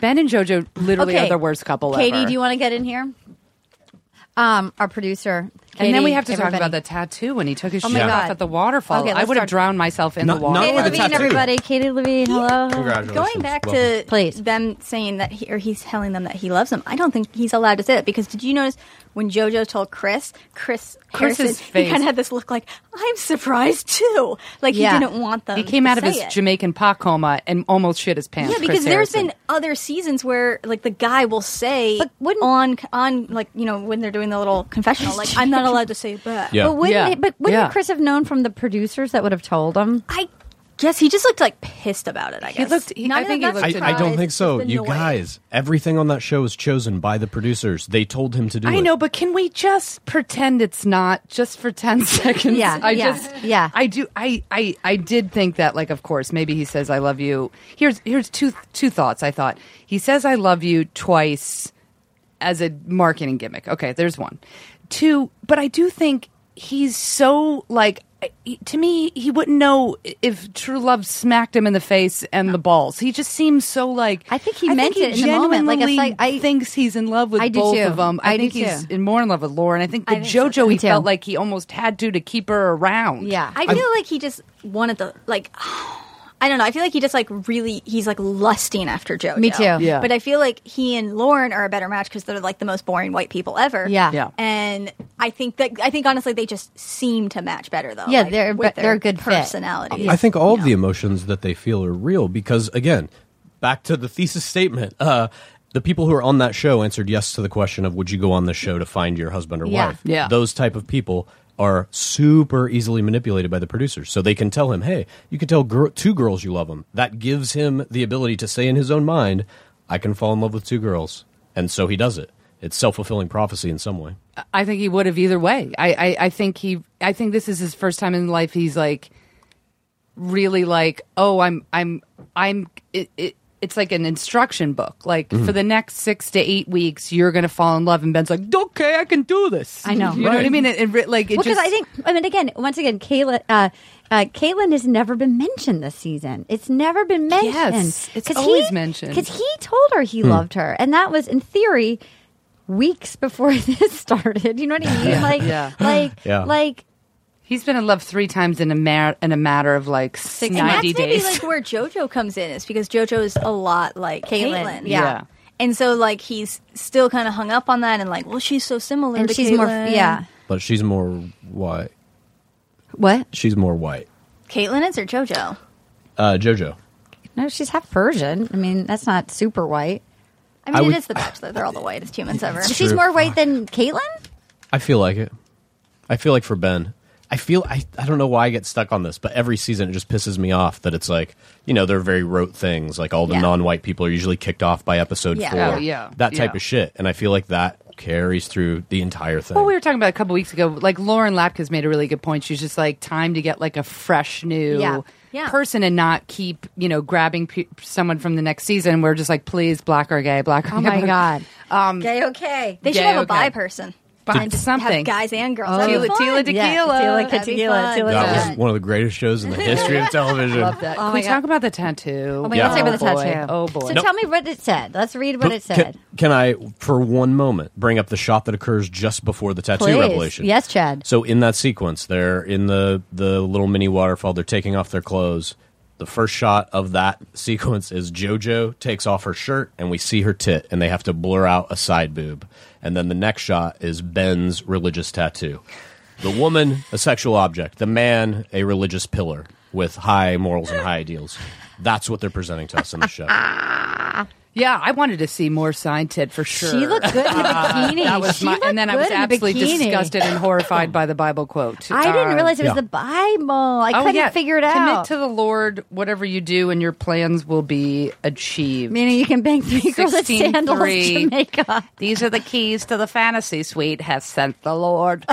[SPEAKER 4] Ben and JoJo literally
[SPEAKER 5] Okay.
[SPEAKER 4] are the worst couple
[SPEAKER 5] Katie,
[SPEAKER 4] ever.
[SPEAKER 5] do you want to get in here? Um, our producer,
[SPEAKER 4] and then
[SPEAKER 5] Katie,
[SPEAKER 4] we have to
[SPEAKER 5] everybody.
[SPEAKER 4] talk about the tattoo when he took his
[SPEAKER 5] Oh my
[SPEAKER 4] shirt
[SPEAKER 5] God.
[SPEAKER 4] off at the waterfall.
[SPEAKER 5] Okay,
[SPEAKER 4] I
[SPEAKER 5] let's
[SPEAKER 4] would have
[SPEAKER 5] start-
[SPEAKER 4] drowned myself in
[SPEAKER 7] Not-
[SPEAKER 4] the water.
[SPEAKER 7] not
[SPEAKER 5] Katie
[SPEAKER 7] with the
[SPEAKER 5] Levine,
[SPEAKER 7] tattoo.
[SPEAKER 5] everybody. Katie Levine, hello.
[SPEAKER 7] Congratulations.
[SPEAKER 8] Going back to
[SPEAKER 7] Welcome.
[SPEAKER 5] Please.
[SPEAKER 8] them saying that he, or he's telling them that he loves them, I don't think he's allowed to say that because did you notice when JoJo told Chris, Chris,
[SPEAKER 4] Chris's
[SPEAKER 8] Harrison,
[SPEAKER 4] face.
[SPEAKER 8] he kind of had this look like I'm surprised too, like
[SPEAKER 5] Yeah.
[SPEAKER 8] he didn't want them.
[SPEAKER 4] He came
[SPEAKER 8] to
[SPEAKER 4] out of
[SPEAKER 8] say
[SPEAKER 4] his
[SPEAKER 8] it.
[SPEAKER 4] Jamaican pot coma and almost shit his pants.
[SPEAKER 8] Yeah,
[SPEAKER 4] Chris
[SPEAKER 8] because there's
[SPEAKER 4] Harrison.
[SPEAKER 8] been other seasons where like the guy will say
[SPEAKER 5] But wouldn't-
[SPEAKER 8] on on like you know when they're doing the little confessional like I'm not allowed to say that.
[SPEAKER 7] Yeah.
[SPEAKER 5] But wouldn't,
[SPEAKER 4] Yeah.
[SPEAKER 5] but wouldn't
[SPEAKER 4] Yeah.
[SPEAKER 5] Chris have known from the producers that would have told him?
[SPEAKER 8] I guess he just looked like pissed about it. I guess
[SPEAKER 4] looked- he- I
[SPEAKER 8] even
[SPEAKER 4] think he
[SPEAKER 8] that's
[SPEAKER 4] looked
[SPEAKER 7] I, I
[SPEAKER 8] surprised,
[SPEAKER 7] don't think
[SPEAKER 8] just
[SPEAKER 7] so. You
[SPEAKER 8] annoyed.
[SPEAKER 7] guys, everything on that show was chosen by the producers. They told him to do it.
[SPEAKER 4] I know, but can we just pretend it's not just for ten seconds?
[SPEAKER 5] Yeah,
[SPEAKER 4] I
[SPEAKER 5] yeah,
[SPEAKER 4] just,
[SPEAKER 5] yeah.
[SPEAKER 4] I do. I, I, I did think that. Like, of course, maybe he says "I love you." Here's here's two two thoughts. I thought he says "I love you" twice as a marketing gimmick. Okay, there's one. Two, but I do think he's so like. I- To me, he wouldn't know if true love smacked him in the face and the balls. He just seems so like.
[SPEAKER 5] I think he meant it in the moment, like, it's
[SPEAKER 4] genuinely
[SPEAKER 5] like, I-
[SPEAKER 4] thinks he's in love with
[SPEAKER 5] I do
[SPEAKER 4] both
[SPEAKER 5] too.
[SPEAKER 4] of them. I,
[SPEAKER 5] I do
[SPEAKER 4] think he's
[SPEAKER 5] too.
[SPEAKER 4] in more in love with Lauren. I think the
[SPEAKER 8] think so,
[SPEAKER 4] JoJo he
[SPEAKER 5] too.
[SPEAKER 4] felt like he almost had to to keep her around.
[SPEAKER 5] Yeah.
[SPEAKER 8] I feel like he just wanted the like. I don't know. I feel like he just like really he's like lusting after JoJo.
[SPEAKER 5] Me too.
[SPEAKER 4] Yeah.
[SPEAKER 8] But I feel like he and Lauren are a better match because they're like the most boring white people ever.
[SPEAKER 5] Yeah.
[SPEAKER 4] Yeah.
[SPEAKER 8] And I think that I think honestly they just seem to match better though.
[SPEAKER 5] Yeah,
[SPEAKER 8] like,
[SPEAKER 5] they're-
[SPEAKER 8] with
[SPEAKER 5] they're a good fit.
[SPEAKER 8] personalities.
[SPEAKER 7] I think all
[SPEAKER 8] you
[SPEAKER 7] of the
[SPEAKER 8] know.
[SPEAKER 7] emotions that they feel are real because, again, back to the thesis statement. Uh, the people who are on that show answered yes to the question of would you go on this show to find your husband or
[SPEAKER 5] Yeah.
[SPEAKER 7] wife?
[SPEAKER 4] Yeah.
[SPEAKER 7] Those type of people are super easily manipulated by the producers. So they can tell him, hey, you can tell gir- two girls you love him. That gives him the ability to say in his own mind, I can fall in love with two girls. And so he does it. It's self fulfilling prophecy in some way.
[SPEAKER 4] I think he would have either way. I, I, I think he. I think this is his first time in life. He's like, really like, oh, I'm, I'm, I'm. It, it, it's like an instruction book. Like for the next six to eight weeks, you're gonna fall in love. And Ben's like, okay, I can do this.
[SPEAKER 5] I know.
[SPEAKER 4] You know what I mean? It, it re- like, it
[SPEAKER 5] Well, because
[SPEAKER 4] just-
[SPEAKER 5] I think, I mean, again, once again, Kayla, uh, uh, Caitlin has never been mentioned this season. It's never been mentioned.
[SPEAKER 4] Yes, it's always mentioned.
[SPEAKER 5] Because he told her
[SPEAKER 4] Hmm.
[SPEAKER 5] he loved her. And that was, in theory, weeks before this started. You know what I mean? Like,
[SPEAKER 4] Yeah.
[SPEAKER 5] like,
[SPEAKER 7] Yeah.
[SPEAKER 5] like,
[SPEAKER 4] He's been in love three times in a mar- in a matter of like
[SPEAKER 8] And that's
[SPEAKER 4] ninety
[SPEAKER 8] maybe
[SPEAKER 4] days.
[SPEAKER 8] like where JoJo comes in is because JoJo is a lot like
[SPEAKER 5] Caitlyn,
[SPEAKER 8] Caitlyn.
[SPEAKER 5] yeah.
[SPEAKER 4] Yeah.
[SPEAKER 8] And so like he's still kind of hung up on that and like, well, she's so similar
[SPEAKER 5] and
[SPEAKER 8] to
[SPEAKER 5] she's more,
[SPEAKER 8] Caitlyn.
[SPEAKER 5] yeah.
[SPEAKER 7] But she's more white.
[SPEAKER 5] What?
[SPEAKER 7] She's more white.
[SPEAKER 8] Caitlyn is or JoJo?
[SPEAKER 7] Uh, JoJo.
[SPEAKER 5] No, she's half Persian. I mean, that's not super white.
[SPEAKER 8] I
[SPEAKER 7] I
[SPEAKER 8] mean, it
[SPEAKER 7] would-
[SPEAKER 8] is The Bachelor. They're all the whitest humans ever.
[SPEAKER 7] It's
[SPEAKER 5] She's
[SPEAKER 7] true.
[SPEAKER 5] more white than Caitlin?
[SPEAKER 7] I feel like it. I feel like for Ben, I feel I, I don't know why I get stuck on this, but every season it just pisses me off that it's like, you know, they're very rote things. Like all the
[SPEAKER 8] Yeah.
[SPEAKER 7] non white people are usually kicked off by episode
[SPEAKER 8] Yeah.
[SPEAKER 7] four.
[SPEAKER 8] Oh,
[SPEAKER 4] yeah.
[SPEAKER 7] That type
[SPEAKER 4] Yeah.
[SPEAKER 7] of shit. And I feel like that carries through the entire thing.
[SPEAKER 4] Well, we were talking about a couple weeks ago. Like Lauren Lapkus made a really good point. She's just like time to get like a fresh new
[SPEAKER 5] Yeah. Yeah.
[SPEAKER 4] person and not keep you know grabbing pe- someone from the next season. We're just like, please, black or gay, black or
[SPEAKER 5] Oh
[SPEAKER 4] gay.
[SPEAKER 5] my God.
[SPEAKER 8] Gay okay. Um, They should
[SPEAKER 4] Gay
[SPEAKER 8] have a
[SPEAKER 4] okay.
[SPEAKER 8] bi person.
[SPEAKER 4] Bi-
[SPEAKER 8] And
[SPEAKER 4] something.
[SPEAKER 8] Have guys and girls.
[SPEAKER 4] Oh.
[SPEAKER 8] That'd be
[SPEAKER 4] Tila-
[SPEAKER 8] fun.
[SPEAKER 4] Tila Tequila.
[SPEAKER 5] Yeah, Tequila
[SPEAKER 8] That'd be
[SPEAKER 5] Tequila,
[SPEAKER 8] fun.
[SPEAKER 5] Tequila
[SPEAKER 7] that
[SPEAKER 5] Yeah.
[SPEAKER 7] was one of the greatest shows in the history of television.
[SPEAKER 4] Love that. Can
[SPEAKER 5] oh my
[SPEAKER 4] we
[SPEAKER 5] God.
[SPEAKER 4] talk about the tattoo?
[SPEAKER 5] Oh my
[SPEAKER 7] Yeah.
[SPEAKER 5] God, let's talk about
[SPEAKER 4] boy.
[SPEAKER 5] the tattoo.
[SPEAKER 4] Oh boy.
[SPEAKER 5] So
[SPEAKER 7] Nope.
[SPEAKER 5] tell me what it said. Let's read what it
[SPEAKER 7] Can-
[SPEAKER 5] said.
[SPEAKER 7] Can, I, for one moment, bring up the shot that occurs just before the tattoo
[SPEAKER 5] Please.
[SPEAKER 7] revelation?
[SPEAKER 5] Yes, Chad.
[SPEAKER 7] So in that sequence, they're in the the little mini waterfall. They're taking off their clothes. The first shot of that sequence is JoJo takes off her shirt, and we see her tit, and they have to blur out a side boob. And then the next shot is Ben's religious tattoo. The woman, a sexual object. The man, a religious pillar with high morals and high ideals. That's what they're presenting to us in the show.
[SPEAKER 4] Yeah, I wanted to see more sign tit for sure.
[SPEAKER 5] She looked good in a bikini.
[SPEAKER 4] that was
[SPEAKER 5] She
[SPEAKER 4] my,
[SPEAKER 5] looked
[SPEAKER 4] and then I was
[SPEAKER 5] good in a
[SPEAKER 4] absolutely
[SPEAKER 5] bikini.
[SPEAKER 4] disgusted and horrified by the Bible quote.
[SPEAKER 5] I didn't
[SPEAKER 4] Um,
[SPEAKER 5] realize it was the Bible. I couldn't figure it out.
[SPEAKER 4] Oh, Commit to the Lord, whatever you do, and your plans will be achieved.
[SPEAKER 5] Meaning you can bang three girls at
[SPEAKER 4] 16,
[SPEAKER 5] sandals,
[SPEAKER 4] three.
[SPEAKER 5] Jamaica.
[SPEAKER 4] These are the keys to the fantasy suite has sent the Lord.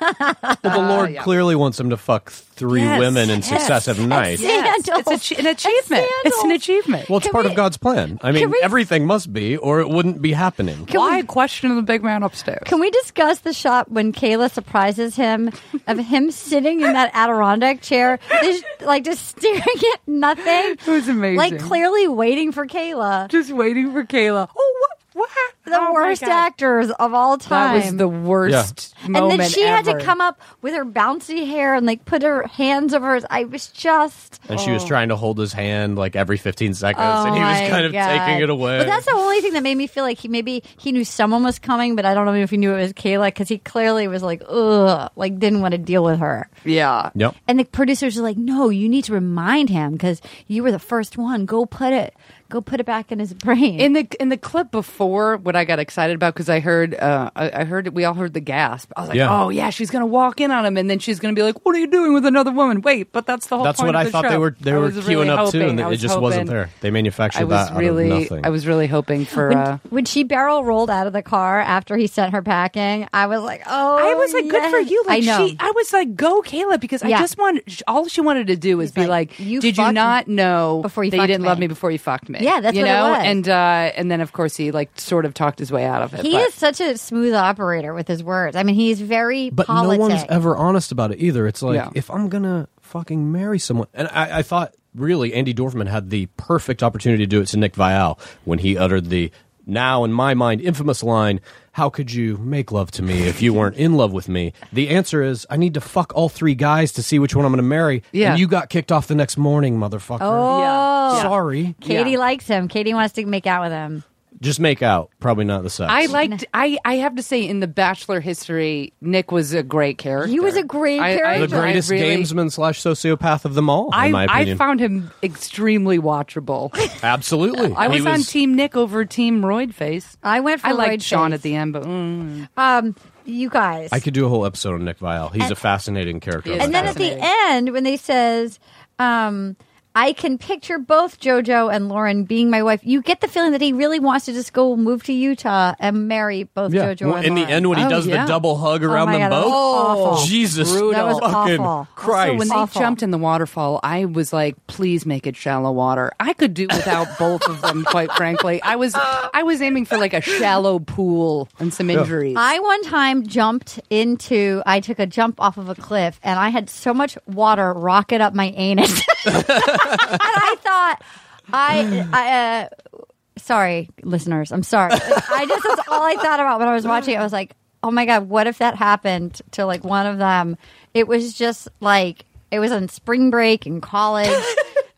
[SPEAKER 7] Well, the Lord clearly wants him to fuck three
[SPEAKER 4] Ah, Yes,
[SPEAKER 7] women in
[SPEAKER 4] yes,
[SPEAKER 7] successive nights.
[SPEAKER 4] It's a, ch- an achievement. It's an achievement.
[SPEAKER 7] Well, it's part of God's plan. I mean, everything must be, or it wouldn't be happening.
[SPEAKER 4] Why question the big man upstairs?
[SPEAKER 5] Can we discuss the shot when Kayla surprises him of him sitting in that Adirondack chair, just, like just staring at nothing? It
[SPEAKER 4] was amazing.
[SPEAKER 5] Like clearly waiting for Kayla.
[SPEAKER 4] Just waiting for Kayla. Oh, what? What?
[SPEAKER 5] The worst actors of all
[SPEAKER 4] Oh That
[SPEAKER 5] time.
[SPEAKER 4] was the worst
[SPEAKER 5] and
[SPEAKER 4] moment
[SPEAKER 5] then she had to
[SPEAKER 4] ever.
[SPEAKER 5] come up with her bouncy hair and like put her hands over his. I was just.
[SPEAKER 7] And she was
[SPEAKER 4] Oh.
[SPEAKER 7] trying to hold his hand like every 15 seconds,
[SPEAKER 5] Oh
[SPEAKER 7] and he
[SPEAKER 5] my
[SPEAKER 7] was kind of
[SPEAKER 5] God.
[SPEAKER 7] taking it away.
[SPEAKER 5] But that's the only thing that made me feel like he maybe he knew someone was coming, but I don't know if he knew it was Kayla because he clearly was like, ugh, like didn't want to deal with her.
[SPEAKER 4] Yeah.
[SPEAKER 7] Yep.
[SPEAKER 5] And the producers are like, no, you need to remind him because you were the first one. Go put it, go put it back in his brain.
[SPEAKER 4] In the in the clip before, what I got excited about because I heard uh, I, I heard we all heard the gasp. I was like,
[SPEAKER 7] Yeah.
[SPEAKER 4] oh yeah, she's gonna walk in on him, and then she's gonna be like, what are you doing with another woman? Wait, but that's the whole.
[SPEAKER 7] That's
[SPEAKER 4] point
[SPEAKER 7] what
[SPEAKER 4] of
[SPEAKER 7] I
[SPEAKER 4] the
[SPEAKER 7] thought
[SPEAKER 4] show.
[SPEAKER 7] they were they
[SPEAKER 4] I
[SPEAKER 7] were
[SPEAKER 4] was really
[SPEAKER 7] queuing up to,
[SPEAKER 4] hoping-
[SPEAKER 7] and
[SPEAKER 4] I
[SPEAKER 7] it
[SPEAKER 4] was
[SPEAKER 7] just wasn't
[SPEAKER 4] hoping-
[SPEAKER 7] there. They manufactured
[SPEAKER 4] I was
[SPEAKER 7] that
[SPEAKER 4] really
[SPEAKER 7] out of nothing.
[SPEAKER 4] I was really hoping for.
[SPEAKER 5] when,
[SPEAKER 4] uh,
[SPEAKER 5] when she barrel rolled out of the car after he sent her packing, I was like, oh,
[SPEAKER 4] I was like, good for
[SPEAKER 5] yes.
[SPEAKER 4] you. Like
[SPEAKER 5] I know.
[SPEAKER 4] she, I was like, go, Kayla, because
[SPEAKER 5] Yeah.
[SPEAKER 4] I just want sh- all she wanted to do was be like,
[SPEAKER 5] "You
[SPEAKER 4] did you
[SPEAKER 5] fucked
[SPEAKER 4] not know
[SPEAKER 5] before you
[SPEAKER 4] that you
[SPEAKER 5] fucked
[SPEAKER 4] didn't love
[SPEAKER 5] me."
[SPEAKER 4] me before you fucked me?
[SPEAKER 5] Yeah, that's
[SPEAKER 4] you
[SPEAKER 5] what it
[SPEAKER 4] know.
[SPEAKER 5] was.
[SPEAKER 4] And uh, and then of course he like sort of talked his way out of it.
[SPEAKER 5] he
[SPEAKER 4] but-
[SPEAKER 5] is such a smooth operator with his words. I mean, he's very
[SPEAKER 7] But
[SPEAKER 5] politic.
[SPEAKER 7] no one's ever honest about it either. It's like
[SPEAKER 4] Yeah.
[SPEAKER 7] if I'm gonna fucking marry someone, and I, I thought really Andy Dorfman had the perfect opportunity to do it to Nick Vial when he uttered the now in my mind infamous line, "How could you make love to me if you weren't in love with me?" The answer is I need to fuck all three guys to see which one I'm gonna marry.
[SPEAKER 4] Yeah.
[SPEAKER 7] and you got kicked off the next morning, motherfucker.
[SPEAKER 5] Oh,
[SPEAKER 4] Yeah.
[SPEAKER 7] Sorry.
[SPEAKER 5] Katie
[SPEAKER 4] Yeah.
[SPEAKER 5] likes him. Katie wants to make out with him.
[SPEAKER 7] Just make out. Probably not the sex.
[SPEAKER 4] I liked. I I have to say, in the Bachelor history, Nick was a great character.
[SPEAKER 5] He was a great
[SPEAKER 4] I- I-
[SPEAKER 5] character.
[SPEAKER 7] the greatest
[SPEAKER 4] I really-
[SPEAKER 7] gamesman slash sociopath of them all, in
[SPEAKER 4] I,
[SPEAKER 7] my
[SPEAKER 4] I
[SPEAKER 7] opinion.
[SPEAKER 4] found him extremely watchable.
[SPEAKER 7] Absolutely.
[SPEAKER 4] I
[SPEAKER 7] He
[SPEAKER 4] was, on Team Nick over Team Royd Face.
[SPEAKER 5] I went for
[SPEAKER 4] I liked
[SPEAKER 5] Lloyd
[SPEAKER 4] Sean
[SPEAKER 5] Face.
[SPEAKER 4] at the end, but mm.
[SPEAKER 5] Um, you guys.
[SPEAKER 7] I could do a whole episode on Nick Vial. He's a fascinating character. on
[SPEAKER 5] and
[SPEAKER 7] that
[SPEAKER 5] then at
[SPEAKER 7] show.
[SPEAKER 5] the end, when they says, um, "I can picture both JoJo and Lauren being my wife," you get the feeling that he really wants to just go move to Utah and marry both
[SPEAKER 7] yeah.
[SPEAKER 5] JoJo and
[SPEAKER 7] in the
[SPEAKER 5] Lauren.
[SPEAKER 7] end, when he
[SPEAKER 4] Oh,
[SPEAKER 7] does
[SPEAKER 4] yeah.
[SPEAKER 7] the double hug
[SPEAKER 5] Oh
[SPEAKER 7] around
[SPEAKER 5] my
[SPEAKER 7] them
[SPEAKER 5] God, that
[SPEAKER 7] both,
[SPEAKER 5] was awful.
[SPEAKER 7] Jesus,
[SPEAKER 5] That was
[SPEAKER 7] fucking
[SPEAKER 5] awful.
[SPEAKER 7] Christ!
[SPEAKER 4] So Oh, when they
[SPEAKER 5] Awful.
[SPEAKER 4] jumped in the waterfall, I was like, "Please make it shallow water." I could do without both of them, quite frankly. I was I was aiming for like a shallow pool and some injuries.
[SPEAKER 5] I one time jumped into, I took a jump off of a cliff and I had so much water rocket up my anus. and I thought, I, I, uh, sorry, listeners, I'm sorry. I just, that's all I thought about when I was watching it. I was like, oh my God, what if that happened to like one of them? It was just like, it was on spring break in college.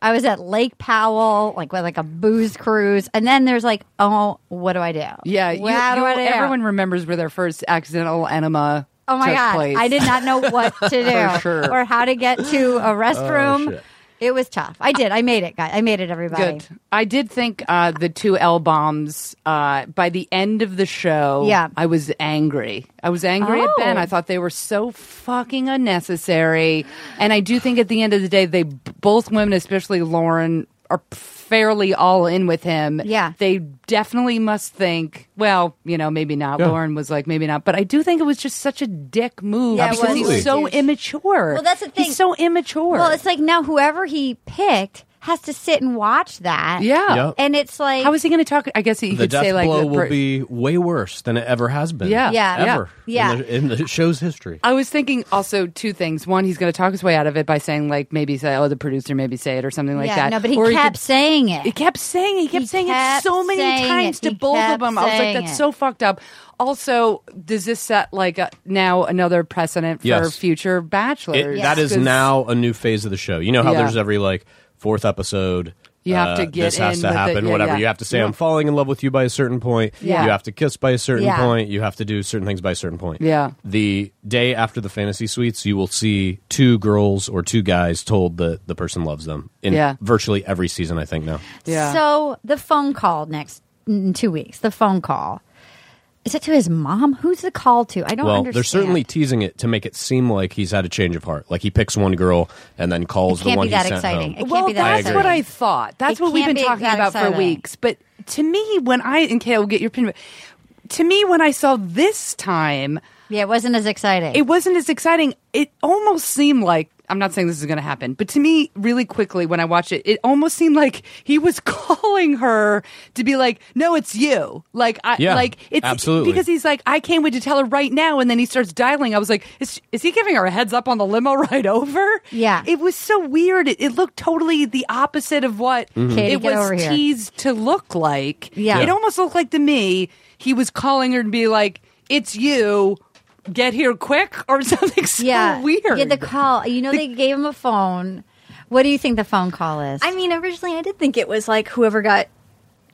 [SPEAKER 5] I was at Lake Powell, like with like a booze cruise, and then there's like, oh, what do I do?
[SPEAKER 4] yeah, you-
[SPEAKER 5] what do
[SPEAKER 4] you-
[SPEAKER 5] I do?
[SPEAKER 4] everyone remembers where their first accidental enema.
[SPEAKER 5] Oh my
[SPEAKER 4] took
[SPEAKER 5] god!
[SPEAKER 4] place.
[SPEAKER 5] I did not know what to do
[SPEAKER 4] For sure. Oh,
[SPEAKER 5] or how to get to a restroom.
[SPEAKER 7] shit.
[SPEAKER 5] it was tough. I did. I made it, guys. I made it, everybody.
[SPEAKER 4] Good. I did think uh, the two L bombs uh, by the end of the show.
[SPEAKER 5] Yeah.
[SPEAKER 4] I was angry. I was angry at Ben.
[SPEAKER 5] Oh.
[SPEAKER 4] I thought they were so fucking unnecessary. And I do think at the end of the day, they both women, especially Lauren, are fairly all in with him.
[SPEAKER 5] Yeah.
[SPEAKER 4] they definitely must think. Well, you know, maybe not.
[SPEAKER 7] Yeah.
[SPEAKER 4] Lauren was like, maybe not. But I do think it was just such a dick move
[SPEAKER 5] Yeah, it
[SPEAKER 4] because
[SPEAKER 7] was.
[SPEAKER 4] he's so
[SPEAKER 5] Absolutely.
[SPEAKER 4] immature.
[SPEAKER 5] Well, that's the thing.
[SPEAKER 4] He's so immature.
[SPEAKER 5] Well, it's like now whoever he picked has to sit and watch that.
[SPEAKER 4] yeah.
[SPEAKER 7] Yep.
[SPEAKER 5] and it's like
[SPEAKER 4] How is he going to talk? I guess he
[SPEAKER 7] the
[SPEAKER 4] could
[SPEAKER 7] death
[SPEAKER 4] say like
[SPEAKER 7] blow
[SPEAKER 4] the per-
[SPEAKER 7] will be way worse than it ever has been.
[SPEAKER 4] Yeah.
[SPEAKER 5] Yeah.
[SPEAKER 7] ever.
[SPEAKER 5] Yeah.
[SPEAKER 7] in the, in the show's history.
[SPEAKER 4] I was thinking also two things. One, he's going to talk his way out of it by saying like maybe say oh the producer maybe say it or something like
[SPEAKER 5] yeah,
[SPEAKER 4] that.
[SPEAKER 5] No, but he
[SPEAKER 4] Or
[SPEAKER 5] kept
[SPEAKER 4] could-
[SPEAKER 5] saying it.
[SPEAKER 4] he kept saying he kept
[SPEAKER 5] He
[SPEAKER 4] saying
[SPEAKER 5] kept
[SPEAKER 4] it so many
[SPEAKER 5] saying
[SPEAKER 4] times
[SPEAKER 5] it.
[SPEAKER 4] to
[SPEAKER 5] He
[SPEAKER 4] both
[SPEAKER 5] kept
[SPEAKER 4] of them. I was like
[SPEAKER 5] saying
[SPEAKER 4] that's
[SPEAKER 5] it.
[SPEAKER 4] so fucked up. Also, does this set like a, now another precedent for
[SPEAKER 7] Yes.
[SPEAKER 4] future bachelors?
[SPEAKER 7] It- That is
[SPEAKER 4] 'Cause-
[SPEAKER 7] now a new phase of the show. You know how
[SPEAKER 4] Yeah.
[SPEAKER 7] there's every like fourth episode
[SPEAKER 4] You have to
[SPEAKER 7] uh,
[SPEAKER 4] get
[SPEAKER 7] this has
[SPEAKER 4] in
[SPEAKER 7] to
[SPEAKER 4] with it.
[SPEAKER 7] happen
[SPEAKER 4] Yeah,
[SPEAKER 7] whatever
[SPEAKER 4] yeah.
[SPEAKER 7] you have to say
[SPEAKER 4] Yeah.
[SPEAKER 7] i'm falling in love with you by a certain point
[SPEAKER 4] Yeah.
[SPEAKER 7] you have to kiss by a certain
[SPEAKER 4] Yeah.
[SPEAKER 7] point you have to do certain things by a certain point
[SPEAKER 4] Yeah.
[SPEAKER 7] the day after the fantasy suites you will see two girls or two guys told that the person loves them in
[SPEAKER 5] Yeah.
[SPEAKER 7] virtually every season i think now
[SPEAKER 5] So the phone call next in two weeks. The phone call. Is it to his mom? Who's the call to? I don't
[SPEAKER 7] well,
[SPEAKER 5] understand.
[SPEAKER 7] they're certainly teasing it to make it seem like he's had a change of heart. Like he picks one girl and then calls
[SPEAKER 5] It
[SPEAKER 7] the
[SPEAKER 5] can't
[SPEAKER 7] one
[SPEAKER 5] be that
[SPEAKER 7] he sent
[SPEAKER 5] exciting.
[SPEAKER 7] home.
[SPEAKER 5] It can't be that
[SPEAKER 7] I
[SPEAKER 4] That's
[SPEAKER 7] agree.
[SPEAKER 4] what I thought. That's
[SPEAKER 5] It
[SPEAKER 4] what we've
[SPEAKER 5] can't
[SPEAKER 4] been
[SPEAKER 5] be
[SPEAKER 4] talking
[SPEAKER 5] that
[SPEAKER 4] about for
[SPEAKER 5] exciting.
[SPEAKER 4] weeks. But to me, when I and Kay, will get your opinion. To me, when I saw this time,
[SPEAKER 5] yeah, it wasn't as exciting.
[SPEAKER 4] It wasn't as exciting. It almost seemed like I'm not saying this is going to happen, but to me, really quickly when I watched it, it almost seemed like he was calling her to be like, "No, it's you." Like, I
[SPEAKER 7] Yeah,
[SPEAKER 4] like it's
[SPEAKER 7] absolutely.
[SPEAKER 4] because he's like, "I can't wait to tell her right now," and then he starts dialing. I was like, "Is is he giving her a heads up on the limo ride over?"
[SPEAKER 5] Yeah.
[SPEAKER 4] it was so weird. It, it looked totally the opposite of what
[SPEAKER 5] Mhm. Katie,
[SPEAKER 4] it
[SPEAKER 5] get
[SPEAKER 4] was
[SPEAKER 5] over here.
[SPEAKER 4] teased to look like.
[SPEAKER 5] Yeah.
[SPEAKER 4] it almost looked like to me he was calling her to be like, "It's you." Get here quick or something so
[SPEAKER 5] yeah,
[SPEAKER 4] weird.
[SPEAKER 5] Yeah, the call. You know, they gave him a phone. What do you think the phone call is?
[SPEAKER 8] I mean, originally I did think it was like whoever got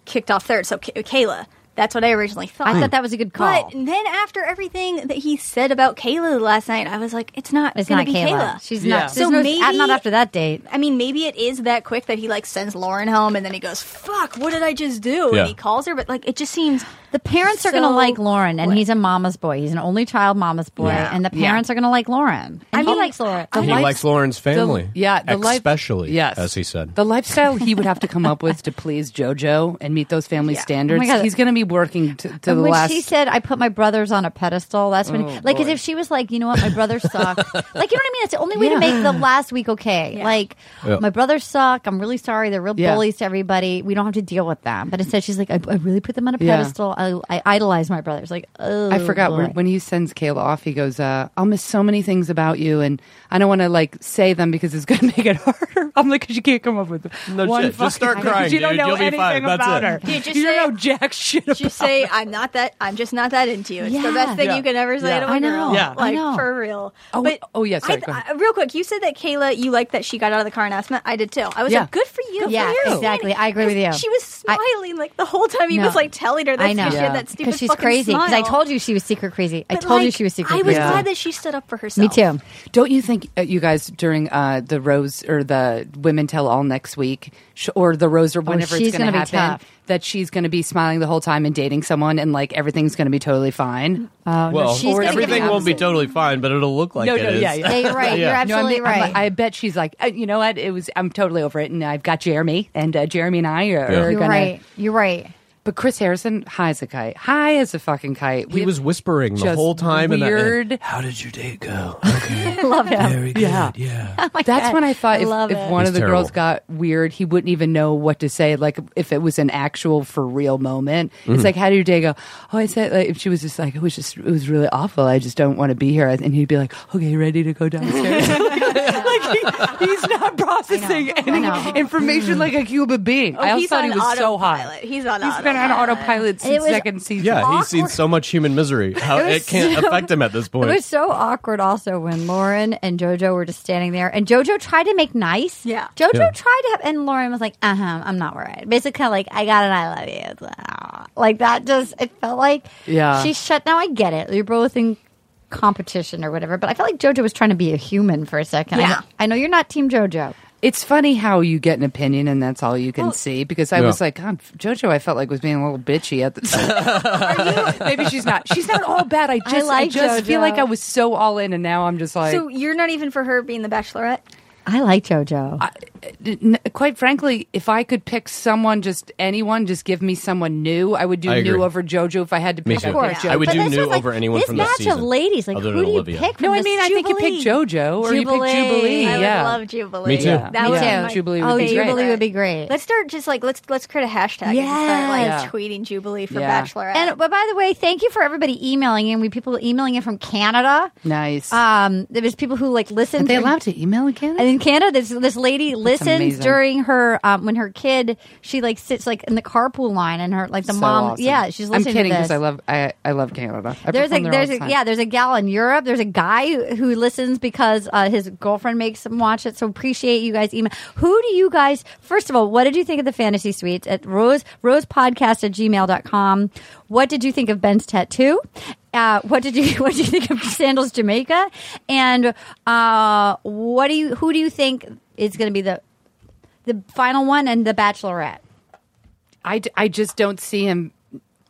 [SPEAKER 8] kicked off third. So K- Kayla. That's what I originally thought.
[SPEAKER 5] I thought that was a good call.
[SPEAKER 8] But then after everything that he said about Kayla last night, I was like, it's not.
[SPEAKER 5] It's
[SPEAKER 8] gonna
[SPEAKER 5] not
[SPEAKER 8] be
[SPEAKER 5] Kayla.
[SPEAKER 8] Kayla.
[SPEAKER 5] She's not- Yeah. there's no- not after that date.
[SPEAKER 8] I mean, maybe it is that quick that he like sends Lauren home, and then he goes, "Fuck, what did I just do?"
[SPEAKER 5] Yeah.
[SPEAKER 8] And he calls her, but like it just seems
[SPEAKER 5] the parents are going to
[SPEAKER 8] So-
[SPEAKER 5] like Lauren, and he's a mama's boy. He's an only child mama's boy,
[SPEAKER 7] Yeah.
[SPEAKER 5] and the
[SPEAKER 7] Yeah.
[SPEAKER 5] parents are going to like Lauren. And
[SPEAKER 4] I
[SPEAKER 5] he
[SPEAKER 4] mean,
[SPEAKER 5] likes Lauren.
[SPEAKER 7] he likes Lauren's family.
[SPEAKER 4] yeah, the life-
[SPEAKER 7] especially.
[SPEAKER 4] yes.
[SPEAKER 7] as he said.
[SPEAKER 4] The lifestyle he would have to come up with to please JoJo and meet those family standards.
[SPEAKER 5] Oh my God.
[SPEAKER 4] He's going to be working to, to
[SPEAKER 5] And
[SPEAKER 4] the
[SPEAKER 5] when
[SPEAKER 4] last.
[SPEAKER 5] she said, "I put my brothers on a pedestal," that's when,
[SPEAKER 4] Oh,
[SPEAKER 5] like, as
[SPEAKER 4] boy.
[SPEAKER 5] if she was like, "You know what, my brothers suck." like, you know what I mean? It's the only way to
[SPEAKER 4] Yeah.
[SPEAKER 5] make the last week okay. Like,
[SPEAKER 4] Yeah.
[SPEAKER 5] my brothers suck. I'm really sorry. They're real
[SPEAKER 4] Yeah.
[SPEAKER 5] bullies to everybody. We don't have to deal with them. But instead, she's like, "I, I really put them on a
[SPEAKER 4] Yeah.
[SPEAKER 5] pedestal. I, I idolize my brothers." Like, oh,
[SPEAKER 4] I forgot
[SPEAKER 5] boy.
[SPEAKER 4] where, when he sends Kayla off. He goes, uh, "I'll miss so many things about you, and I don't want to like say them because it's going to make it harder." I'm like, "Cause you can't come up with
[SPEAKER 7] No
[SPEAKER 4] one
[SPEAKER 7] shit. Just
[SPEAKER 4] fucking
[SPEAKER 7] start
[SPEAKER 4] thing.
[SPEAKER 7] crying,
[SPEAKER 4] You don't
[SPEAKER 7] dude.
[SPEAKER 4] know
[SPEAKER 7] You'll be
[SPEAKER 4] anything
[SPEAKER 7] fine. That's
[SPEAKER 4] about
[SPEAKER 7] it.
[SPEAKER 4] her.
[SPEAKER 8] Dude, just
[SPEAKER 4] you
[SPEAKER 8] say-
[SPEAKER 4] don't know jack shit about
[SPEAKER 8] just say I'm not that. I'm just not that into you. It's
[SPEAKER 5] Yeah.
[SPEAKER 8] the best thing
[SPEAKER 4] Yeah.
[SPEAKER 8] you can ever say
[SPEAKER 4] Yeah.
[SPEAKER 8] to a
[SPEAKER 4] I know.
[SPEAKER 8] girl.
[SPEAKER 4] Yeah. I
[SPEAKER 8] like
[SPEAKER 4] know.
[SPEAKER 8] for real.
[SPEAKER 4] Oh,
[SPEAKER 8] but
[SPEAKER 4] oh, yeah, sorry,
[SPEAKER 8] I,
[SPEAKER 4] go ahead.
[SPEAKER 8] I- real quick, you said that Kayla, you liked that she got out of the car and asked. I did too. I was
[SPEAKER 5] Yeah.
[SPEAKER 8] like, good for you.
[SPEAKER 5] Good Yeah,
[SPEAKER 8] for you.
[SPEAKER 5] exactly. I agree with you.
[SPEAKER 8] She was smiling like the whole time. He
[SPEAKER 5] No.
[SPEAKER 8] was like telling her that
[SPEAKER 5] I know.
[SPEAKER 8] she had that stupid
[SPEAKER 5] she's
[SPEAKER 8] fucking
[SPEAKER 5] crazy.
[SPEAKER 8] Because
[SPEAKER 5] I told you she was secret crazy. I
[SPEAKER 8] But,
[SPEAKER 5] told you
[SPEAKER 8] like,
[SPEAKER 5] she was secret.
[SPEAKER 8] I was
[SPEAKER 5] crazy.
[SPEAKER 8] glad that she stood up for herself.
[SPEAKER 5] Me too.
[SPEAKER 4] Don't you think uh, you guys during uh, the Rose or the Women Tell All next week sh- or the Rose or whenever
[SPEAKER 5] she's
[SPEAKER 4] it's going
[SPEAKER 5] gonna be
[SPEAKER 4] to happen
[SPEAKER 5] tough.
[SPEAKER 4] that she's going to be smiling the whole time and dating someone and like everything's going to be totally fine? Oh,
[SPEAKER 7] well, everything won't be totally fine, but it'll look like
[SPEAKER 4] no,
[SPEAKER 7] it
[SPEAKER 4] no,
[SPEAKER 7] is.
[SPEAKER 4] yeah, yeah.
[SPEAKER 7] Yeah.
[SPEAKER 4] no, I'm- I'm like- I bet she's like, uh, you know what? It was. I'm totally over it, and I've got Jeremy, and uh, Jeremy and I are,
[SPEAKER 7] Yeah.
[SPEAKER 4] are
[SPEAKER 7] You're
[SPEAKER 4] gonna.
[SPEAKER 5] right. You're right.
[SPEAKER 4] But Chris Harrison, high as a kite, high as a fucking kite.
[SPEAKER 7] He was whispering the
[SPEAKER 4] Just
[SPEAKER 7] whole time. in that-
[SPEAKER 4] weird.
[SPEAKER 7] How did your date go?
[SPEAKER 5] I love him. Oh
[SPEAKER 4] Yeah, That's
[SPEAKER 5] God.
[SPEAKER 4] when I thought
[SPEAKER 5] I love
[SPEAKER 4] if,
[SPEAKER 5] it.
[SPEAKER 4] if one
[SPEAKER 7] He's
[SPEAKER 4] of the
[SPEAKER 7] terrible.
[SPEAKER 4] girls got weird, he wouldn't even know what to say. Like if it was an actual for real moment,
[SPEAKER 7] Mhm.
[SPEAKER 4] it's like, how did your day go? Oh, I said like if she was just like it was just it was really awful. I just don't want to be here, and he'd be like, okay, ready to go downstairs. like he, he's not processing
[SPEAKER 5] know.
[SPEAKER 4] any information like a human being. I also
[SPEAKER 8] Mm-hmm. Oh, he's
[SPEAKER 4] thought he
[SPEAKER 8] on
[SPEAKER 4] was so hot.
[SPEAKER 8] autopilot. He's on
[SPEAKER 4] He's been on autopilot
[SPEAKER 5] It
[SPEAKER 4] since
[SPEAKER 5] was
[SPEAKER 4] second season.
[SPEAKER 7] Yeah, he's seen so much human misery. How
[SPEAKER 5] It
[SPEAKER 7] it,
[SPEAKER 5] was
[SPEAKER 7] can't
[SPEAKER 5] so-
[SPEAKER 7] affect him at this point.
[SPEAKER 5] It was so awkward also when Lauren and JoJo were just standing there and JoJo tried to make nice. Yeah. JoJo
[SPEAKER 7] Yeah.
[SPEAKER 5] tried to have, and Lauren was like, uh huh, I'm not worried. Basically, kind of like, I got it, I love you. It's like, "Aw." Like that just, it felt like
[SPEAKER 4] Yeah.
[SPEAKER 5] she shut. Now I get it. You're both in competition or whatever, but I felt like JoJo was trying to be a human for a second. I
[SPEAKER 4] Yeah.
[SPEAKER 5] know- I know you're not Team JoJo.
[SPEAKER 4] It's funny how you get an opinion and that's all you can
[SPEAKER 5] Well-
[SPEAKER 4] see. Because I
[SPEAKER 7] Yeah.
[SPEAKER 4] was like, God, JoJo, I felt like was being a little bitchy at the time. Maybe she's not. She's not all bad. I
[SPEAKER 8] I
[SPEAKER 4] just, I
[SPEAKER 8] like
[SPEAKER 4] just feel
[SPEAKER 8] JoJo.
[SPEAKER 4] like I was so all in, and now I'm just like,
[SPEAKER 8] So you're not even for her being the Bachelorette.
[SPEAKER 5] I like JoJo.
[SPEAKER 4] n- quite frankly, if I could pick someone, just anyone, just give me someone new. I would do
[SPEAKER 7] I agree.
[SPEAKER 4] new over JoJo if I had to
[SPEAKER 7] Me
[SPEAKER 4] pick.
[SPEAKER 7] too.
[SPEAKER 4] up with JoJo.
[SPEAKER 7] I would do new over anyone
[SPEAKER 5] this
[SPEAKER 7] from
[SPEAKER 5] batch
[SPEAKER 7] this
[SPEAKER 5] of
[SPEAKER 7] season.
[SPEAKER 5] ladies, like,
[SPEAKER 7] other
[SPEAKER 5] who
[SPEAKER 7] than
[SPEAKER 5] do you
[SPEAKER 7] Olivia.
[SPEAKER 5] pick
[SPEAKER 4] No,
[SPEAKER 5] from
[SPEAKER 4] I mean,
[SPEAKER 5] this
[SPEAKER 4] I think you picked
[SPEAKER 5] Jubilee?
[SPEAKER 4] JoJo, or you picked Jubilee.
[SPEAKER 8] I
[SPEAKER 4] yeah.
[SPEAKER 8] would love Jubilee.
[SPEAKER 7] Me too.
[SPEAKER 4] Yeah.
[SPEAKER 8] That would
[SPEAKER 4] Yeah.
[SPEAKER 8] be my-
[SPEAKER 4] Jubilee would
[SPEAKER 5] Oh,
[SPEAKER 4] be great.
[SPEAKER 5] Jubilee would be great.
[SPEAKER 8] Let's start just like let's let's create a hashtag
[SPEAKER 5] Yeah.
[SPEAKER 8] and
[SPEAKER 5] Yeah.
[SPEAKER 8] start like tweeting Jubilee for
[SPEAKER 5] Yeah.
[SPEAKER 8] Bachelorette.
[SPEAKER 5] And but by the way, thank you for everybody emailing in. We people emailing in from Canada.
[SPEAKER 4] Nice.
[SPEAKER 5] Um, there was people who like
[SPEAKER 4] Are
[SPEAKER 5] listened.
[SPEAKER 4] they allowed to email in Canada?
[SPEAKER 5] And in Canada, this this lady Liz listens
[SPEAKER 4] amazing.
[SPEAKER 5] during her um, when her kid she like sits like in the carpool line and her like the
[SPEAKER 4] So
[SPEAKER 5] mom
[SPEAKER 4] awesome.
[SPEAKER 5] yeah she's listening
[SPEAKER 4] I'm kidding
[SPEAKER 5] to this.
[SPEAKER 4] because I love I, I love Canada. I
[SPEAKER 5] there's a
[SPEAKER 4] perform there all
[SPEAKER 5] there's
[SPEAKER 4] the
[SPEAKER 5] a,
[SPEAKER 4] time.
[SPEAKER 5] yeah there's a gal in Europe. There's a guy who- who listens because uh, his girlfriend makes him watch it. So appreciate you guys email. Who do you guys first of all? What did you think of the fantasy suites at rose rosepodcast at gmail.com? What did you think of Ben's tattoo? Uh, what did you what did you think of Sandals Jamaica? And uh, what do you who do you think is going to be the the final one and the Bachelorette?
[SPEAKER 4] I, d- I just don't see him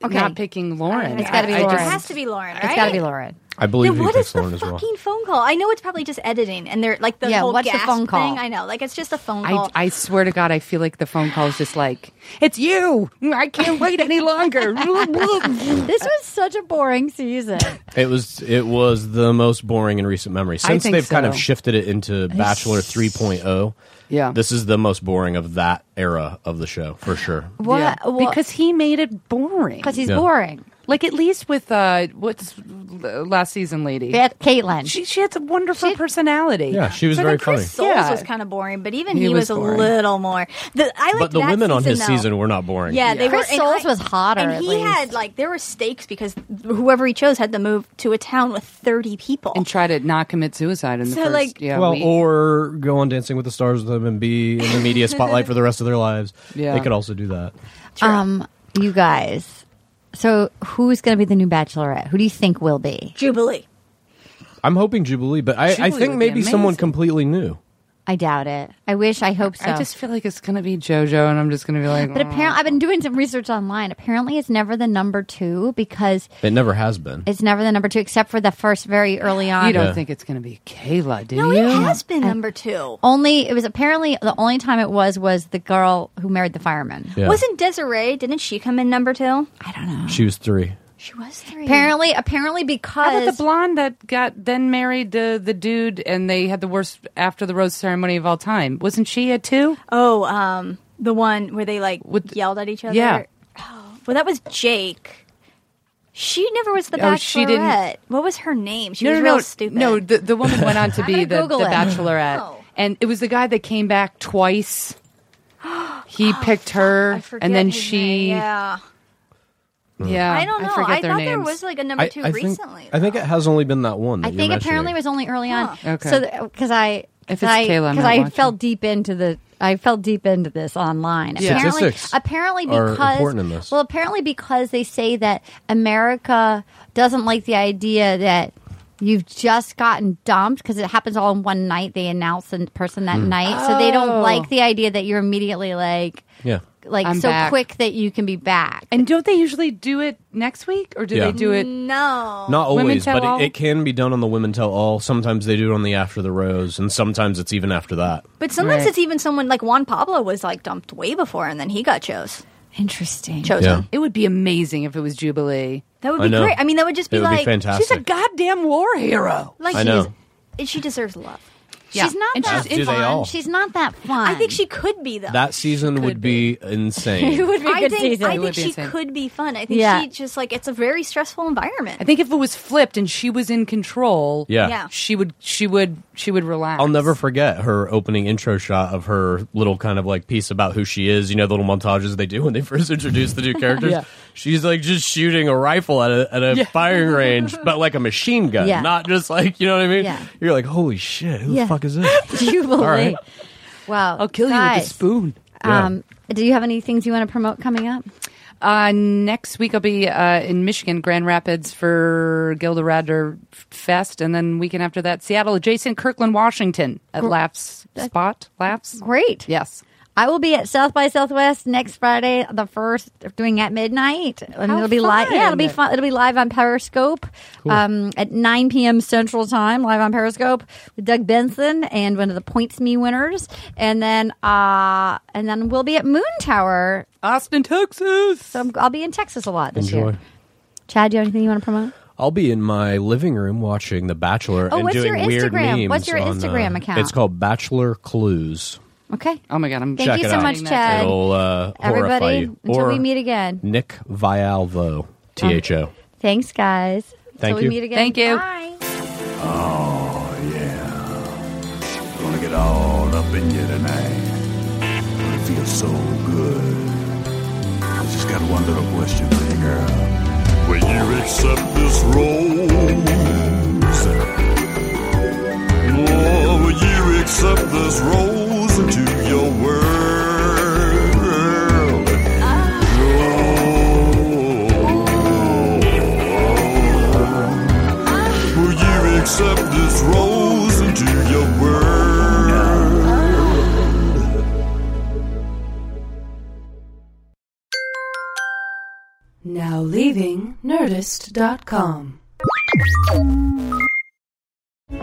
[SPEAKER 5] Okay.
[SPEAKER 4] not picking Lauren.
[SPEAKER 5] It's gotta be
[SPEAKER 4] I- I
[SPEAKER 5] Lauren.
[SPEAKER 4] just-
[SPEAKER 8] It has to be Lauren, right?
[SPEAKER 5] It's got to be Lauren.
[SPEAKER 7] I believe
[SPEAKER 8] Then
[SPEAKER 7] he
[SPEAKER 8] what
[SPEAKER 7] picks
[SPEAKER 8] is the
[SPEAKER 7] Lauren as well.
[SPEAKER 8] fucking phone call? I know it's probably just editing, and they're like the
[SPEAKER 5] Yeah,
[SPEAKER 8] whole
[SPEAKER 5] what's the
[SPEAKER 8] gasp
[SPEAKER 5] phone call?
[SPEAKER 8] thing. I know, like it's just a phone
[SPEAKER 4] I,
[SPEAKER 8] call.
[SPEAKER 4] I swear to God, I feel like the phone call is just like, it's you. I can't wait any longer.
[SPEAKER 5] this was such a boring season.
[SPEAKER 7] It was it was the most boring in recent memory
[SPEAKER 4] I
[SPEAKER 7] since
[SPEAKER 4] think
[SPEAKER 7] they've kind of
[SPEAKER 4] so.
[SPEAKER 7] shifted it into Bachelor 3.0.
[SPEAKER 4] Yeah.
[SPEAKER 7] this is the most boring of that era of the show for sure.
[SPEAKER 5] What?
[SPEAKER 4] Yeah,
[SPEAKER 5] what-
[SPEAKER 4] Because he made it boring.
[SPEAKER 5] Because he's
[SPEAKER 7] Yeah.
[SPEAKER 5] boring.
[SPEAKER 4] Like at least with uh, what's uh, last season lady,
[SPEAKER 5] Beth, Caitlin.
[SPEAKER 4] she she had a wonderful personality.
[SPEAKER 7] Yeah, she was
[SPEAKER 4] But
[SPEAKER 7] very
[SPEAKER 4] then Chris
[SPEAKER 7] funny.
[SPEAKER 8] Souls
[SPEAKER 4] Yeah.
[SPEAKER 8] was kind of boring, but even
[SPEAKER 4] He
[SPEAKER 8] he,
[SPEAKER 4] was
[SPEAKER 8] was, a
[SPEAKER 4] boring.
[SPEAKER 8] little more. The, I liked
[SPEAKER 7] But the
[SPEAKER 8] that
[SPEAKER 7] women on
[SPEAKER 8] season,
[SPEAKER 7] his
[SPEAKER 8] though.
[SPEAKER 7] season were not boring.
[SPEAKER 8] Yeah, they
[SPEAKER 5] Chris
[SPEAKER 8] were. and
[SPEAKER 5] Souls was hotter,
[SPEAKER 8] and
[SPEAKER 5] at
[SPEAKER 8] he
[SPEAKER 5] least.
[SPEAKER 8] had like there were stakes because whoever he chose had to move to a town with thirty people.
[SPEAKER 4] and try to not commit suicide in the
[SPEAKER 8] So,
[SPEAKER 4] first
[SPEAKER 8] like-
[SPEAKER 4] yeah,
[SPEAKER 7] well,
[SPEAKER 4] week.
[SPEAKER 7] or go on Dancing with the Stars with them and be in the media spotlight for the rest of their lives.
[SPEAKER 4] Yeah.
[SPEAKER 7] They could also do that.
[SPEAKER 5] Um, you guys. So who's going to be the new Bachelorette? Who do you think will be?
[SPEAKER 8] Jubilee.
[SPEAKER 7] I'm hoping Jubilee, but I, I
[SPEAKER 4] Jubilee
[SPEAKER 7] think
[SPEAKER 4] would be
[SPEAKER 7] maybe someone
[SPEAKER 4] amazing.
[SPEAKER 7] completely new.
[SPEAKER 5] I doubt it. I wish. I hope so.
[SPEAKER 4] I just feel like it's gonna be JoJo, and I'm just gonna be like,
[SPEAKER 5] but apparently, I've been doing some research online. Apparently, it's never the number two because
[SPEAKER 7] It never has been.
[SPEAKER 5] it's never the number two except for the first very early on.
[SPEAKER 4] you don't
[SPEAKER 7] Yeah.
[SPEAKER 4] think it's gonna be Kayla, do
[SPEAKER 8] No,
[SPEAKER 4] you?
[SPEAKER 8] it has been number two.
[SPEAKER 5] Only it was apparently the only time it was was the girl who married the fireman.
[SPEAKER 7] Yeah.
[SPEAKER 8] Wasn't Desiree? Didn't she come in number two?
[SPEAKER 5] I don't know.
[SPEAKER 7] She was three.
[SPEAKER 8] She was three.
[SPEAKER 5] Apparently, apparently
[SPEAKER 4] How about
[SPEAKER 5] because
[SPEAKER 4] the blonde that got then married the the dude, and they had the worst after the rose ceremony of all time? Wasn't she a two?
[SPEAKER 8] Oh, um, the one where they like
[SPEAKER 4] With-
[SPEAKER 8] yelled at each other.
[SPEAKER 4] Yeah.
[SPEAKER 8] Oh, well, that was Jake. She never was the
[SPEAKER 4] Oh,
[SPEAKER 8] Bachelorette.
[SPEAKER 4] she didn't-
[SPEAKER 8] What was her name? She
[SPEAKER 4] no,
[SPEAKER 8] was
[SPEAKER 4] no,
[SPEAKER 8] real
[SPEAKER 4] no,
[SPEAKER 8] stupid.
[SPEAKER 4] No, the, the woman went on to be
[SPEAKER 5] gonna
[SPEAKER 4] the, the
[SPEAKER 5] Google it.
[SPEAKER 4] Bachelorette,
[SPEAKER 8] Oh.
[SPEAKER 4] and it was the guy that came back twice. He picked her,
[SPEAKER 8] Oh, I forget
[SPEAKER 4] and then
[SPEAKER 8] his
[SPEAKER 4] she,
[SPEAKER 8] name. Yeah.
[SPEAKER 4] yeah,
[SPEAKER 8] I don't know. I,
[SPEAKER 4] forget
[SPEAKER 8] thought
[SPEAKER 4] their names.
[SPEAKER 8] there was like a number
[SPEAKER 7] I,
[SPEAKER 8] two
[SPEAKER 7] I think,
[SPEAKER 8] recently.
[SPEAKER 7] I think it has only been that one. That
[SPEAKER 5] I
[SPEAKER 7] you're
[SPEAKER 5] think
[SPEAKER 7] mentioning.
[SPEAKER 5] apparently it was only early on.
[SPEAKER 4] Huh. Okay.
[SPEAKER 5] So because I
[SPEAKER 4] If it's
[SPEAKER 5] because I,
[SPEAKER 4] Kayla, I'm
[SPEAKER 5] 'cause
[SPEAKER 4] not
[SPEAKER 5] I
[SPEAKER 4] watching.
[SPEAKER 5] fell deep into the I fell deep into this online.
[SPEAKER 4] Yeah.
[SPEAKER 5] Apparently,
[SPEAKER 7] Statistics
[SPEAKER 5] apparently
[SPEAKER 7] are
[SPEAKER 5] because
[SPEAKER 7] important in this.
[SPEAKER 5] well, apparently because they say that America doesn't like the idea that. You've just gotten dumped because it happens all in one night. They announce the person that night, so they
[SPEAKER 4] Oh.
[SPEAKER 5] don't like the idea that you're immediately like,
[SPEAKER 7] Yeah.
[SPEAKER 5] like
[SPEAKER 4] I'm
[SPEAKER 5] so
[SPEAKER 4] back.
[SPEAKER 5] quick that you can be back.
[SPEAKER 4] and don't they usually do it next week, or do
[SPEAKER 7] Yeah.
[SPEAKER 4] they do it?
[SPEAKER 8] Mm. no.
[SPEAKER 7] Not
[SPEAKER 4] Women
[SPEAKER 7] always,
[SPEAKER 4] Tell
[SPEAKER 7] but
[SPEAKER 4] All?
[SPEAKER 7] it, it can be done on the Women Tell All. Sometimes they do it on the After the Rose, and sometimes it's even after that.
[SPEAKER 8] But sometimes
[SPEAKER 4] Right.
[SPEAKER 8] it's even someone like Juan Pablo was like dumped way before, and then he got chose
[SPEAKER 5] Interesting.
[SPEAKER 8] chosen.
[SPEAKER 7] Yeah.
[SPEAKER 4] It would be amazing if it was Jubilee.
[SPEAKER 8] That would
[SPEAKER 7] I
[SPEAKER 8] be
[SPEAKER 7] know.
[SPEAKER 8] great. I mean, that would just be
[SPEAKER 7] It would be
[SPEAKER 8] like
[SPEAKER 7] fantastic.
[SPEAKER 4] She's a goddamn war hero.
[SPEAKER 8] Like
[SPEAKER 7] I
[SPEAKER 8] she
[SPEAKER 7] know.
[SPEAKER 8] des- and she deserves love.
[SPEAKER 5] She's not
[SPEAKER 4] And
[SPEAKER 5] that
[SPEAKER 7] she's Do they
[SPEAKER 5] fun.
[SPEAKER 7] all?
[SPEAKER 5] She's not that fun.
[SPEAKER 8] I think she could be though.
[SPEAKER 7] That season would be, insane.
[SPEAKER 5] it would be a
[SPEAKER 8] I
[SPEAKER 5] good
[SPEAKER 8] think,
[SPEAKER 5] season.
[SPEAKER 8] I
[SPEAKER 4] It would
[SPEAKER 8] think
[SPEAKER 4] be
[SPEAKER 8] she
[SPEAKER 4] insane.
[SPEAKER 8] could be fun. I think
[SPEAKER 5] Yeah.
[SPEAKER 8] she just like it's a very stressful environment.
[SPEAKER 4] I think if it was flipped and she was in control,
[SPEAKER 7] yeah.
[SPEAKER 8] Yeah.
[SPEAKER 4] she would, she would, she would relax.
[SPEAKER 7] I'll never forget her opening intro shot of her little kind of like piece about who she is. You know, the little montages they do when they first introduce the new characters.
[SPEAKER 4] Yeah.
[SPEAKER 7] She's like just shooting a rifle at a, at a
[SPEAKER 4] Yeah.
[SPEAKER 7] firing range, but like a machine gun,
[SPEAKER 5] Yeah.
[SPEAKER 7] not just like, you know what I mean?
[SPEAKER 5] Yeah.
[SPEAKER 7] You're like, holy shit, who
[SPEAKER 5] Yeah.
[SPEAKER 7] the fuck is this?
[SPEAKER 5] Jubilee.
[SPEAKER 7] right.
[SPEAKER 5] Wow.
[SPEAKER 4] I'll kill you with
[SPEAKER 5] Guys,
[SPEAKER 4] a spoon.
[SPEAKER 5] Um, do you have any things you want to promote coming up?
[SPEAKER 4] Uh, next week I'll be uh, in Michigan, Grand Rapids for Gilda Radner Fest, and then weekend after that, Seattle, adjacent Kirkland, Washington at Laughs Spot. Laughs.
[SPEAKER 5] Great.
[SPEAKER 4] Yes.
[SPEAKER 5] I will be at South by Southwest next Friday, the first, doing at midnight, and
[SPEAKER 4] How
[SPEAKER 5] it'll be live. Yeah, it'll be
[SPEAKER 4] fun.
[SPEAKER 5] fun. It'll be live on Periscope um, at 9 p.m. Central Time, live on Periscope with Doug Benson and one of the Points Me winners, and then uh, and then we'll be at Moon Tower.
[SPEAKER 4] Austin, Texas.
[SPEAKER 5] So I'm, I'll be in Texas a lot this
[SPEAKER 7] Enjoy.
[SPEAKER 5] year. Chad, do you have anything you want to promote?
[SPEAKER 7] I'll be in my living room watching The Bachelor
[SPEAKER 5] Oh,
[SPEAKER 7] and
[SPEAKER 5] what's your
[SPEAKER 7] doing weird
[SPEAKER 5] Instagram?
[SPEAKER 7] memes.
[SPEAKER 5] What's your
[SPEAKER 7] on, uh,
[SPEAKER 5] Instagram account?
[SPEAKER 7] It's called Bachelor Clues.
[SPEAKER 5] Okay.
[SPEAKER 4] oh my god, I'm
[SPEAKER 5] Thank
[SPEAKER 7] Check
[SPEAKER 5] you
[SPEAKER 7] it
[SPEAKER 5] so
[SPEAKER 7] out.
[SPEAKER 5] much, Chad.
[SPEAKER 7] It'll uh, horrify
[SPEAKER 5] Everybody,
[SPEAKER 7] you.
[SPEAKER 5] until
[SPEAKER 7] or
[SPEAKER 5] we meet again.
[SPEAKER 7] Nick Vialvo, T H O.
[SPEAKER 5] Thanks, guys.
[SPEAKER 7] Thank you.
[SPEAKER 5] Until we meet again.
[SPEAKER 4] Thank you.
[SPEAKER 5] Bye.
[SPEAKER 6] Oh, yeah. Gonna get all up in you tonight. feels so good. I just got one little question for you, girl. Will you accept this rose? Oh, will you accept this rose into your world? Oh, will you accept this rose into your
[SPEAKER 5] Oh,
[SPEAKER 6] world?
[SPEAKER 3] Now leaving Nerdist.com.